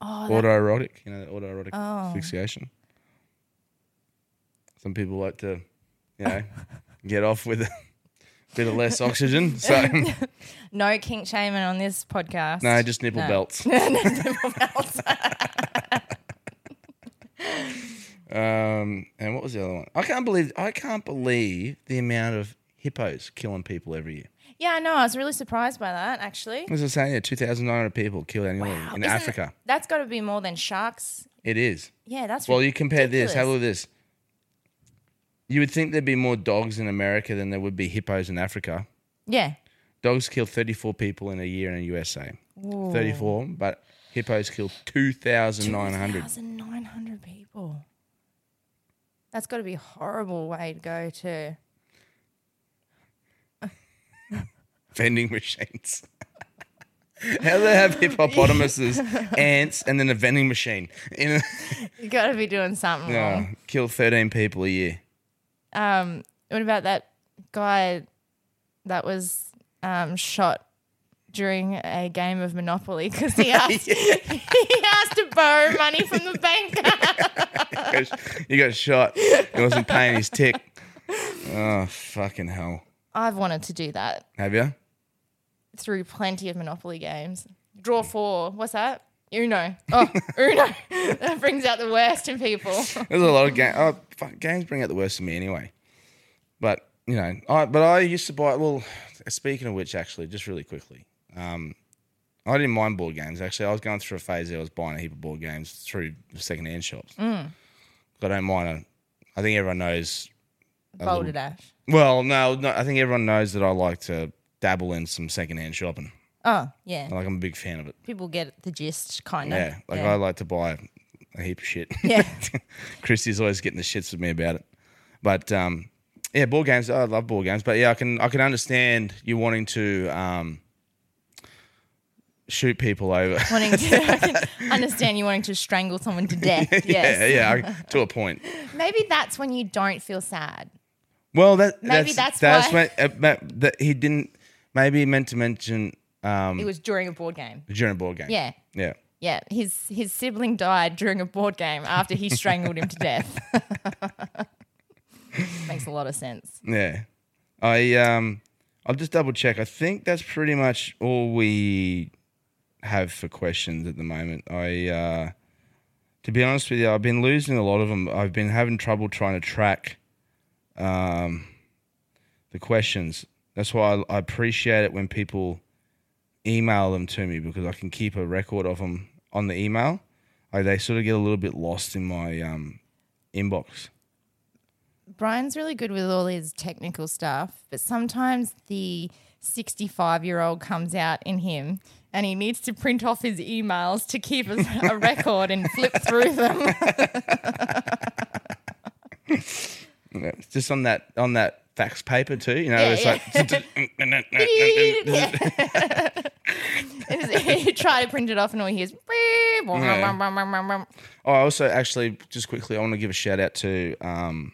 B: Oh, that-
A: Autoerotic, you know, that autoerotic
B: Oh.
A: asphyxiation. Some people like to, you know, get off with a bit of less oxygen. So,
B: no kink shaming on this podcast.
A: no, just nipple
B: No.
A: belts. Um, and what was the other one? I can't believe I can't believe the amount of hippos killing people every year.
B: yeah, I know. I was really surprised by that, actually.
A: As I was saying, yeah, two thousand nine hundred people killed annually
B: Wow,
A: in
B: isn't it-
A: Africa.
B: that's got to be more than sharks.
A: It is.
B: Yeah, that's
A: Well,
B: ri-
A: you compare this. Have a
B: ridiculous.
A: look at this. You would think there'd be more dogs in America than there would be hippos in Africa.
B: yeah.
A: Dogs kill 34 people in a year in the USA. 34, but hippos kill 2,900.
B: 1,900 people. That's got to be a horrible way to go to.
A: vending machines. How do they have hippopotamuses, ants, and then a vending machine? In a,
B: You got to be doing something
A: Yeah,
B: wrong.
A: kill 13 people a year.
B: Um, what about that guy that was um, shot during a game of Monopoly because he asked he asked to borrow money from the bank?
A: He got- he got shot. He wasn't paying his tick. Oh, fucking hell.
B: I've wanted to do that
A: Have you?
B: through plenty of Monopoly games. Draw four. What's that? Uno. Oh, Uno. that brings out the worst in people.
A: There's a lot of games. Oh, fuck, games bring out the worst in me anyway. But you know, I but I used to buy. Well, speaking of which, actually, just really quickly, um, I didn't mind board games. Actually, I was going through a phase. Where I was buying a heap of board games through secondhand shops. I don't mind. A, I think everyone knows.
B: Boulder Dash.
A: Well, no, no, I think everyone knows that I like to dabble in some secondhand shopping.
B: Oh, yeah.
A: Like I'm a big fan of it.
B: People get the gist, kind of.
A: Yeah, like I like to buy a heap of shit.
B: Yeah.
A: Christy's always getting the shits with me about it. But um, yeah, board games. I love board games. But yeah, I can I can understand you wanting to um, shoot people over.
B: wanting to I can understand you wanting to strangle someone to death. Yes.
A: yeah, yeah, I- to a point.
B: Maybe that's when you don't feel sad.
A: Well, that
B: Maybe that's why.
A: when, uh, ma- that he didn't. Maybe he meant to mention um,
B: It was during a board game.
A: during a board game.
B: Yeah.
A: yeah.
B: Yeah. His his sibling died during a board game after he strangled him to death. Makes a lot of sense.
A: Yeah. I um I'll just double check. I think that's pretty much all we have for questions at the moment. I uh to be honest with you, I've been losing a lot of them. I've been having trouble trying to track um the questions. That's why I, I appreciate it when people email them to me because I can keep a record of them on the email. I, they sort of get a little bit lost in my um inbox.
B: Brian's really good with all his technical stuff, but sometimes the 65 year old comes out in him and he needs to print off his emails to keep us a record and flip through them.
A: Yeah, it's just on that on that fax paper too. You know,
B: Yeah,
A: it's like
B: you try to print it off and all he hears.
A: Yeah. oh, I also actually just quickly I want to give a shout out to um,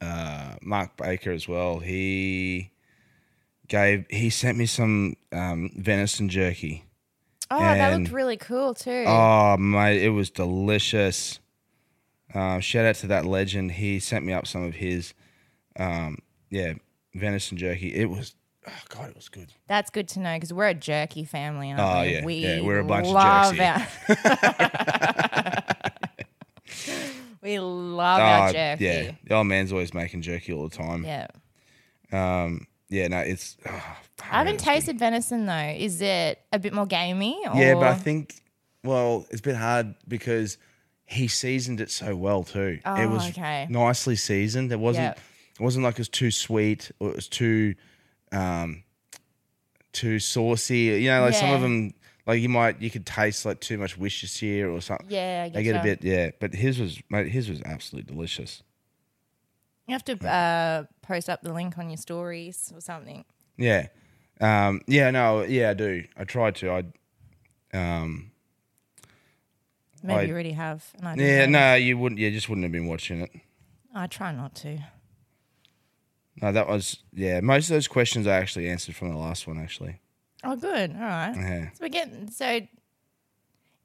A: uh, Mark Baker as well. He gave he sent me some um, venison jerky.
B: Oh, that
A: And-
B: looked really cool too.
A: Oh mate, it was delicious. Uh, shout out to that legend. He sent me up some of his, um, yeah, venison jerky. It was, oh god, it was good.
B: That's good to know because we're a jerky family. Aren't
A: Oh,
B: we?
A: yeah.
B: we
A: Yeah, we're a bunch of
B: love
A: jerks here.
B: our- we love our
A: Oh,
B: jerky.
A: Yeah, the old man's always making jerky all the time. Yeah,
B: Yeah.
A: no, it's. ah, fuck,
B: I haven't
A: it's-
B: tasted venison though. Is it a bit more gamey? Or?
A: Yeah, but I think, well, it's a bit hard because he seasoned it so well too. it
B: Oh,
A: was
B: okay.
A: nicely seasoned. It wasn't.
B: Yeah.
A: It wasn't like it was too sweet or it was too, um, too saucy. You know, like some of
B: Yeah.
A: them, like you might you could taste like too much Worcestershire or something.
B: Yeah, I
A: I get a
B: getcha.
A: bit yeah, but his was mate, his was absolutely delicious.
B: You have to uh, post up the link on your stories or something.
A: Yeah. Um, yeah, no, yeah, I do. I tried to. I um
B: Maybe
A: I-
B: you already have. And I don't
A: Yeah,
B: know.
A: no, you wouldn't you just wouldn't have been watching it.
B: I try not to.
A: No, that was yeah, most of those questions I actually answered from the last one actually.
B: Oh, good. All right.
A: Yeah.
B: So we're getting so.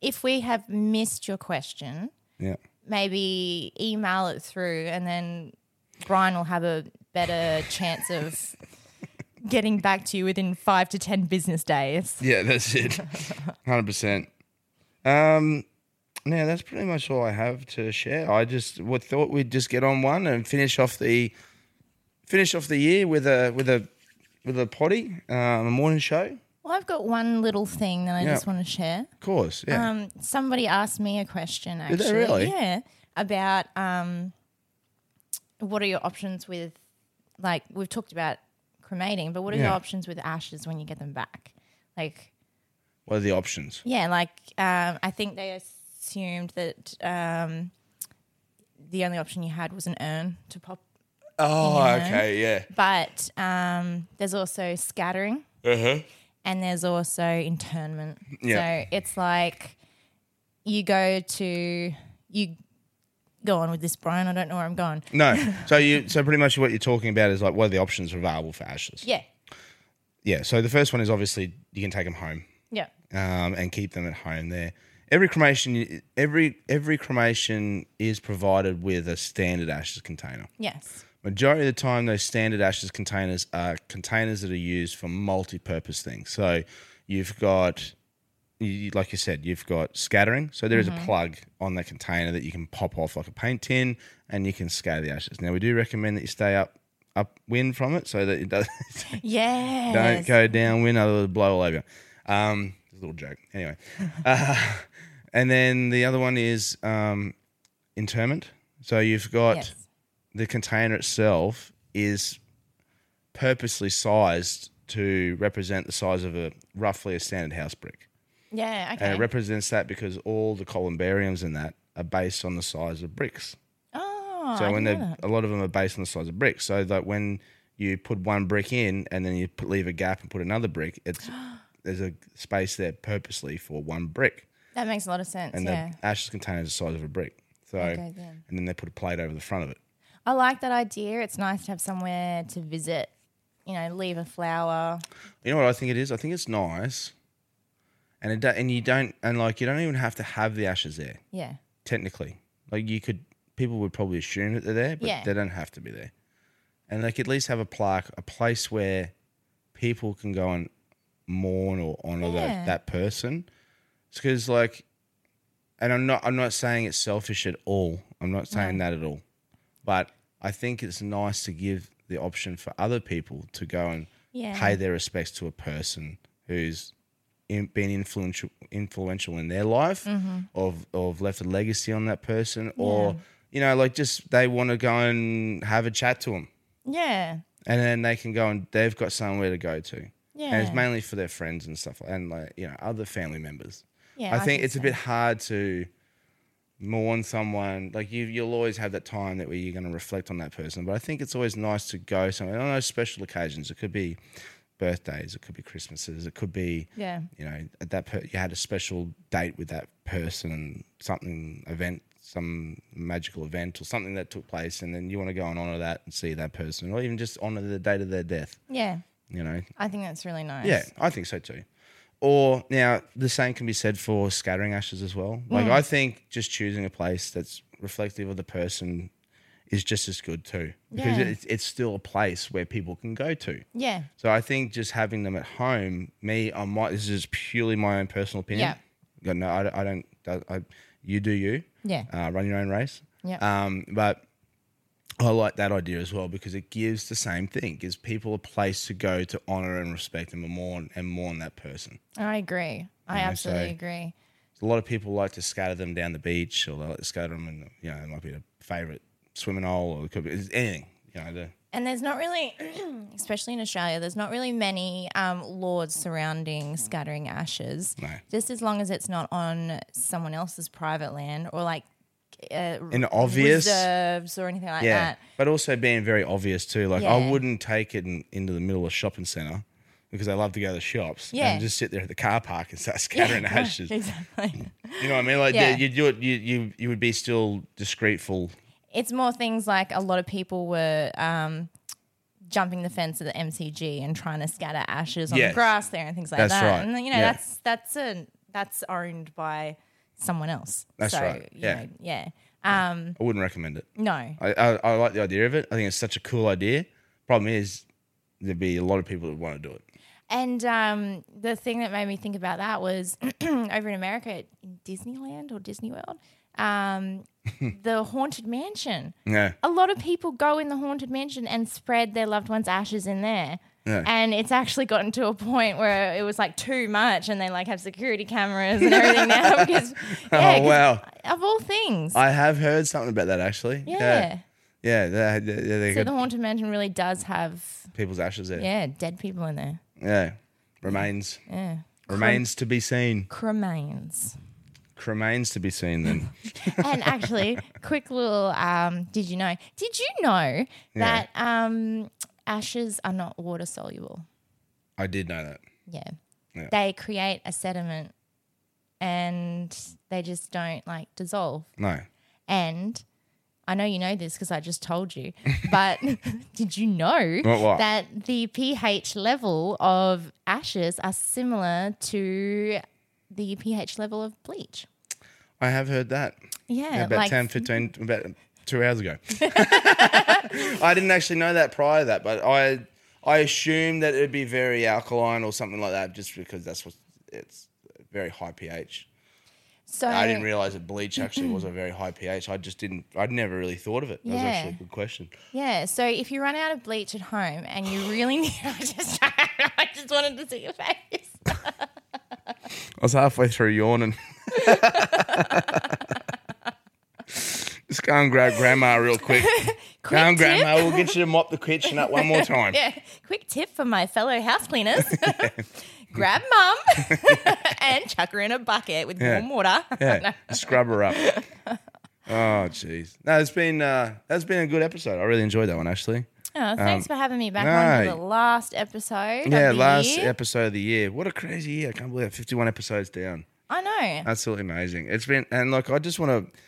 B: If we have missed your question,
A: Yeah.
B: maybe email it through, and then Brian will have a better chance of getting back to you within five to ten business days.
A: Yeah, that's it. Hundred percent. Um now that's pretty much all I have to share. I just w- thought we'd just get on one and finish off the finish off the year with a with a with a potty, um, a morning show.
B: Well, I've got one little thing that I
A: Yeah.
B: just want to share.
A: Of course, yeah.
B: Um, somebody asked me a question actually.
A: they really?
B: Yeah. About um, what are your options with, like, we've talked about cremating, but what are your
A: Yeah.
B: options with ashes when you get them back? Like,
A: what are the options?
B: yeah, like, um, I think they assumed that um, the only option you had was an urn to pop,
A: Oh,
B: Yeah.
A: okay,
B: but um, there's also scattering.
A: yeah. Uh huh.
B: and there's also internment.
A: Yeah.
B: So it's like you go to you go on with this, Brian. I don't know where I'm going.
A: No. So you so pretty much what you're talking about is like what are the options available for ashes?
B: Yeah.
A: Yeah. So the first one is obviously you can take them home
B: Yeah.
A: um, and keep them at home there. Every cremation every every cremation is provided with a standard ashes container.
B: Yes.
A: Majority of the time, those standard ashes containers are containers that are used for multi-purpose things. So you've got, you, like you said, you've got scattering. So there is
B: Mm-hmm.
A: a plug on that container that you can pop off like a paint tin, and you can scatter the ashes. Now we do recommend that you stay up upwind from it so that it does
B: Yes.
A: don't go downwind, otherwise it'll blow all over you. Um, it's a little joke. Anyway, uh, and then the other one is um, interment. So you've got
B: Yes.
A: the container itself is purposely sized to represent the size of a roughly a standard house brick,
B: Yeah.
A: and
B: Okay.
A: it represents that because all the columbariums in that are based on the size of bricks.
B: oh.
A: So
B: I
A: when
B: didn't know
A: they're,
B: that.
A: a lot of them are based on the size of bricks. So that when you put one brick in and then you put, leave a gap and put another brick, it's there's a space there purposely for one brick.
B: that makes a lot of sense.
A: And
B: yeah.
A: the ashes container is the size of a brick. So
B: Okay, yeah.
A: and then they put a plate over the front of it.
B: I like that idea. It's nice to have somewhere to visit. You know, leave a flower.
A: You know what I think it is? I think it's nice. And it do, and you don't and like you don't even have to have the ashes there
B: Yeah.
A: technically. Like you could people would probably assume that they're there, but
B: Yeah.
A: they don't have to be there. And they could at least have a plaque, a place where people can go and mourn or honor
B: Yeah.
A: that, that person. because like and I'm not I'm not saying it's selfish at all. I'm not saying that at all. But I think it's nice to give the option for other people to go and
B: Yeah.
A: pay their respects to a person who's in, been influential influential in their life,
B: Mm-hmm.
A: or, or have left a legacy on that person, or you know, like just they want to go and have a chat to them,
B: Yeah.
A: and then they can go and they've got somewhere to go to, and
B: Yeah.
A: it's mainly for their friends and stuff, and like you know, other family members.
B: Yeah.
A: I think it's
B: so.
A: a bit hard to mourn someone. Like you, you'll always have that time that where you're going to reflect on that person. But I think it's always nice to go somewhere on those special occasions. It could be birthdays, it could be Christmases, it could be
B: Yeah.
A: you know at that per- you had a special date with that person, something event, some magical event or something that took place, and then you want to go and honor that and see that person, or even just honor the date of their death.
B: Yeah.
A: You know,
B: I think that's really nice.
A: yeah, I think so too. Or now the same can be said for scattering ashes as well.
B: Mm.
A: Like I think just choosing a place that's reflective of the person is just as good too, because
B: Yeah.
A: it's, it's still a place where people can go to.
B: Yeah.
A: So I think just having them at home, me, I might. This is purely my own personal opinion. Yeah. No, I, I don't. I, I- you do you.
B: Yeah.
A: Uh, run your own race.
B: Yeah.
A: Um, but I like that idea as well because it gives the same thing, gives people a place to go to honor and respect and mourn and mourn that person.
B: I agree. I
A: know,
B: absolutely
A: so-
B: agree.
A: A lot of people like to scatter them down the beach, or they like to scatter them, in you know, it might be their favorite swimming hole, or it could be it's anything. You know, the,
B: And there's not really, especially in Australia, there's not really many um, laws surrounding scattering ashes.
A: No.
B: Just as long as it's not on someone else's private land or like uh,
A: And obvious.
B: reserves or anything like
A: yeah,
B: that.
A: but also being very obvious too. Like I
B: Yeah.
A: wouldn't take it in, into the middle of shopping center because I love to go to the shops
B: Yeah.
A: and just sit there at the car park and start scattering
B: Yeah,
A: ashes.
B: Exactly.
A: You know what I mean? Like
B: Yeah.
A: yeah. you do it, you you you would be still discreetful.
B: it's more things like a lot of people were um, jumping the fence at the MCG and trying to scatter ashes on
A: Yes.
B: the grass there and things like
A: That's
B: that.
A: right.
B: And you know,
A: Yeah.
B: that's that's a that's owned by someone else.
A: That's
B: so,
A: right.
B: you
A: Yeah.
B: know, yeah. Um,
A: I wouldn't recommend it.
B: no.
A: I, I I like the idea of it. I think it's such a cool idea. Problem is, there'd be a lot of people that want to do it.
B: And um, the thing that made me think about that was over in America, at Disneyland or Disney World, um, the Haunted Mansion.
A: Yeah,
B: a lot of people go in the haunted mansion and spread their loved one's ashes in there.
A: Yeah.
B: And it's actually gotten to a point where it was like too much, and they like have security cameras and everything now because yeah,
A: Oh,
B: 'cause
A: wow.
B: of all things,
A: I have heard something about that actually.
B: yeah.
A: yeah, yeah they, they, they
B: So
A: got
B: the haunted mansion really does have
A: people's ashes there.
B: yeah dead people in there.
A: Yeah. remains
B: Yeah,
A: remains to be seen.
B: cremains.
A: Remains to be seen. Then
B: and actually, quick little um, did you know? Did you know that um, ashes are not water soluble?
A: I did know that.
B: Yeah.
A: Yeah.
B: They create a sediment and they just don't like dissolve.
A: No,
B: And I know you know this because I just told you, but did you know
A: What, what?
B: that the pH level of ashes are similar to the pH level of bleach?
A: I have heard that.
B: Yeah,
A: about
B: like
A: 10, 15, about two hours ago. I didn't actually know that prior to that, but I I assumed that it'd be very alkaline or something like that, just because that's what it's very high pH.
B: so
A: I didn't realize that bleach actually was a very high pH. I just didn't. I'd never really thought of it. That was actually a
B: Yeah.
A: good question.
B: Yeah, so if you run out of bleach at home and you really need, I just, I just wanted to see your face.
A: I was halfway through yawning. Just go and grab grandma real quick.
B: Quick
A: Go on,
B: tip.
A: grandma. We'll get you to mop the kitchen up one more time.
B: Yeah. Quick tip for my fellow house cleaners. Grab mum and chuck her in a bucket with warm water.
A: yeah, scrub her up. Oh, jeez. No, it's been uh, that's been a good episode. I really enjoyed that one actually.
B: Oh, thanks for having me back on
A: Um, no.
B: for the last episode.
A: Yeah,
B: of the
A: last
B: year.
A: episode of the year. What a crazy year! I can't believe it. Fifty-one episodes down.
B: I know.
A: Absolutely amazing. It's been and look, I just want to.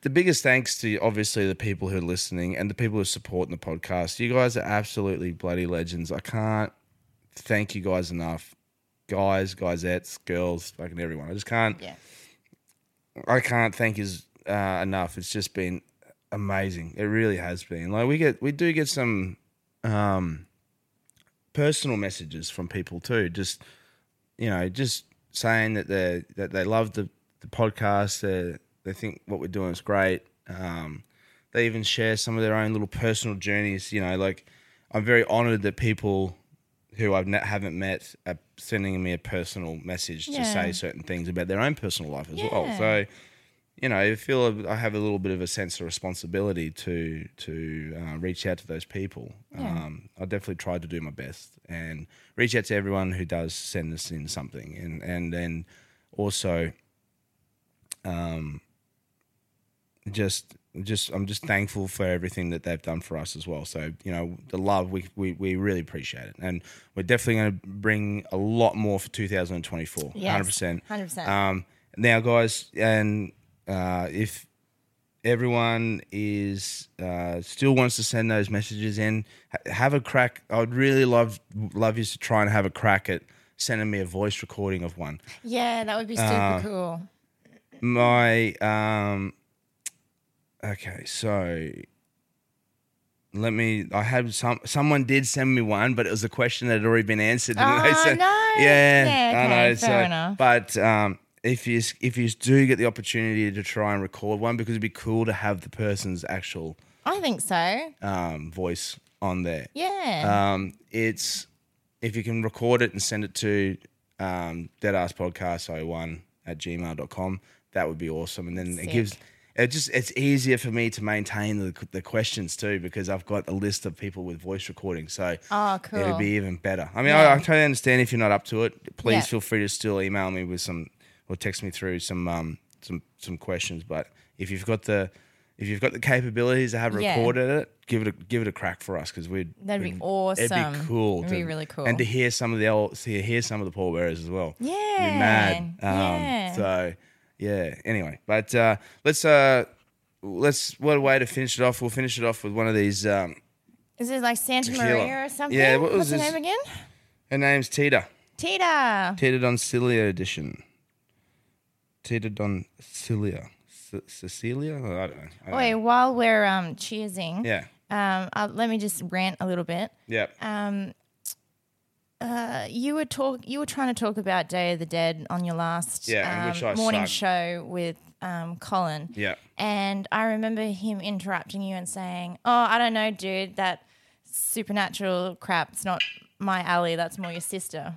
A: The biggest thanks to obviously the people who are listening and the people who are supporting the podcast. You guys are absolutely bloody legends. I can't thank you guys enough, guys, guisettes, girls, fucking everyone. I just can't.
B: Yeah.
A: I can't thank is uh, enough. It's just been amazing. It really has been. Like we get, we do get some um, personal messages from people too. Just you know, just saying that they that they love the the podcast. They they think what we're doing is great. Um, they even share some of their own little personal journeys. You know, like I'm very honoured that people who I've ne- haven't met are sending me a personal message to
B: Yeah.
A: say certain things about their own personal life as well.
B: Yeah.
A: So, you know, I feel I have a little bit of a sense of responsibility to to uh, reach out to those people. Um, I definitely tried to do my best and reach out to everyone who does send us in something, and and then also, um, just just I'm just thankful for everything that they've done for us as well. So you know, the love we we, we really appreciate it, and we're definitely going to bring a lot more for 2024.
B: Yes.
A: 100%.
B: 100%.
A: Um, now, guys, and uh, if everyone is uh, still wants to send those messages in, ha- have a crack. I would really love love you to try and have a crack at sending me a voice recording of one.
B: yeah, that would be super
A: uh,
B: cool.
A: My um, okay, so. Let me. I had some. Someone did send me one, but it was a question that had already been answered. and they
B: Oh,
A: sent-
B: no.
A: Yeah,
B: Yeah,
A: I
B: okay,
A: know.
B: fair
A: so,
B: enough.
A: but um, if you if you do get the opportunity to try and record one, because it'd be cool to have the person's actual
B: I think so.
A: um, voice on there.
B: Yeah.
A: Um, it's if you can record it and send it to um, deadasspodcast01 at gmail.com, that would be awesome. And then it
B: Sick.
A: gives it just it's easier for me to maintain the, the questions too because I've got a list of people with voice recording. So
B: oh,
A: it
B: cool.
A: would Uh, be even better. I mean, I,
B: Yeah.
A: I totally understand if you're not up to it. Please
B: Yeah.
A: feel free to still email me with some or text me through some um, some some questions. But if you've got the if you've got the capabilities to have
B: Yeah.
A: recorded it, give it a, give it a crack for us because we'd
B: That'd be
A: we'd- It'd
B: awesome.
A: be cool.
B: It'd be
A: to-
B: really cool.
A: And to hear some of the old, to hear some of the pallbearers as well.
B: Yeah.
A: It'd be mad. Um,
B: yeah.
A: So yeah. Anyway, but uh, let's uh, let's what a way to finish it off. We'll finish it off with one of these. Um,
B: Is it like Santa
A: Tequila.
B: Maria or something?
A: Yeah, what was
B: What's
A: this-
B: her name again?
A: her name's Tita.
B: Tita.
A: Tita Doncilia edition. Tita Doncilia. C- Cecilia? I don't know. I don't
B: Wait,
A: know.
B: while we're um, cheersing,
A: Yeah.
B: um, i let me just rant a little bit.
A: Yeah.
B: Um, uh, you were talk, you were trying to talk about Day of the Dead on your last
A: Yeah,
B: um,
A: which I
B: morning
A: sucked.
B: show with um, Colin.
A: yeah.
B: And I remember him interrupting you and saying, "Oh, I don't know, dude, that supernatural crap's not my alley. That's more your sister."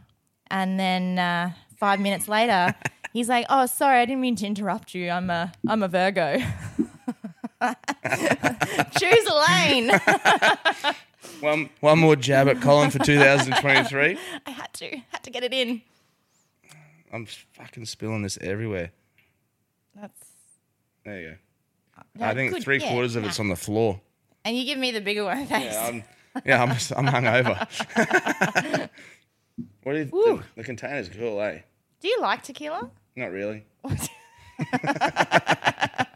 B: And then uh, five minutes later, he's like, "Oh, sorry, I didn't mean to interrupt you. I'm a I'm a Virgo." Choose a lane.
A: One one more jab at Colin for 2023.
B: I had to had to get it in.
A: I'm fucking spilling this everywhere.
B: That's
A: There you go.
B: no,
A: I think
B: good,
A: three
B: yeah,
A: quarters of
B: nah.
A: it's on the floor.
B: And you give me the bigger one. Thanks.
A: Yeah, I'm, yeah, I'm, I'm hungover. what do you
B: Woo.
A: the, the container's cool, eh?
B: Do you like tequila?
A: Not really. I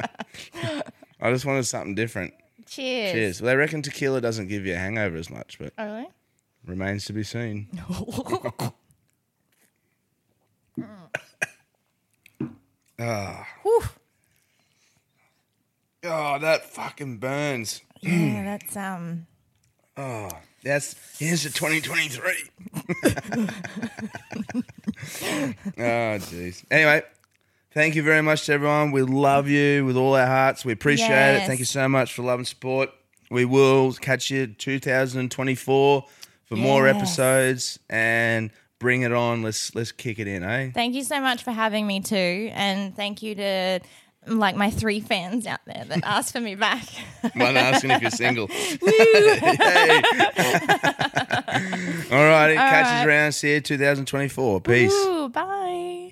A: just wanted something different.
B: Cheers.
A: Cheers. Well, they reckon tequila doesn't give you a hangover as much, but
B: Oh, really?
A: remains to be seen.
B: Whew.
A: Oh, that fucking burns.
B: Yeah, that's um.
A: That's here's to 2023. oh jeez. Anyway, thank you very much to everyone. We love you with all our hearts. We appreciate it.
B: Yes.
A: Thank you so much for love and support. We will catch you 2024 for more
B: Yes.
A: episodes and bring it on. Let's let's kick it in, eh?
B: Thank you so much for having me too, and thank you to like my three fans out there that asked for me back.
A: One asking if you're single. Yay. All righty, catch
B: right.
A: us around. See you 2024. Peace.
B: Ooh, bye.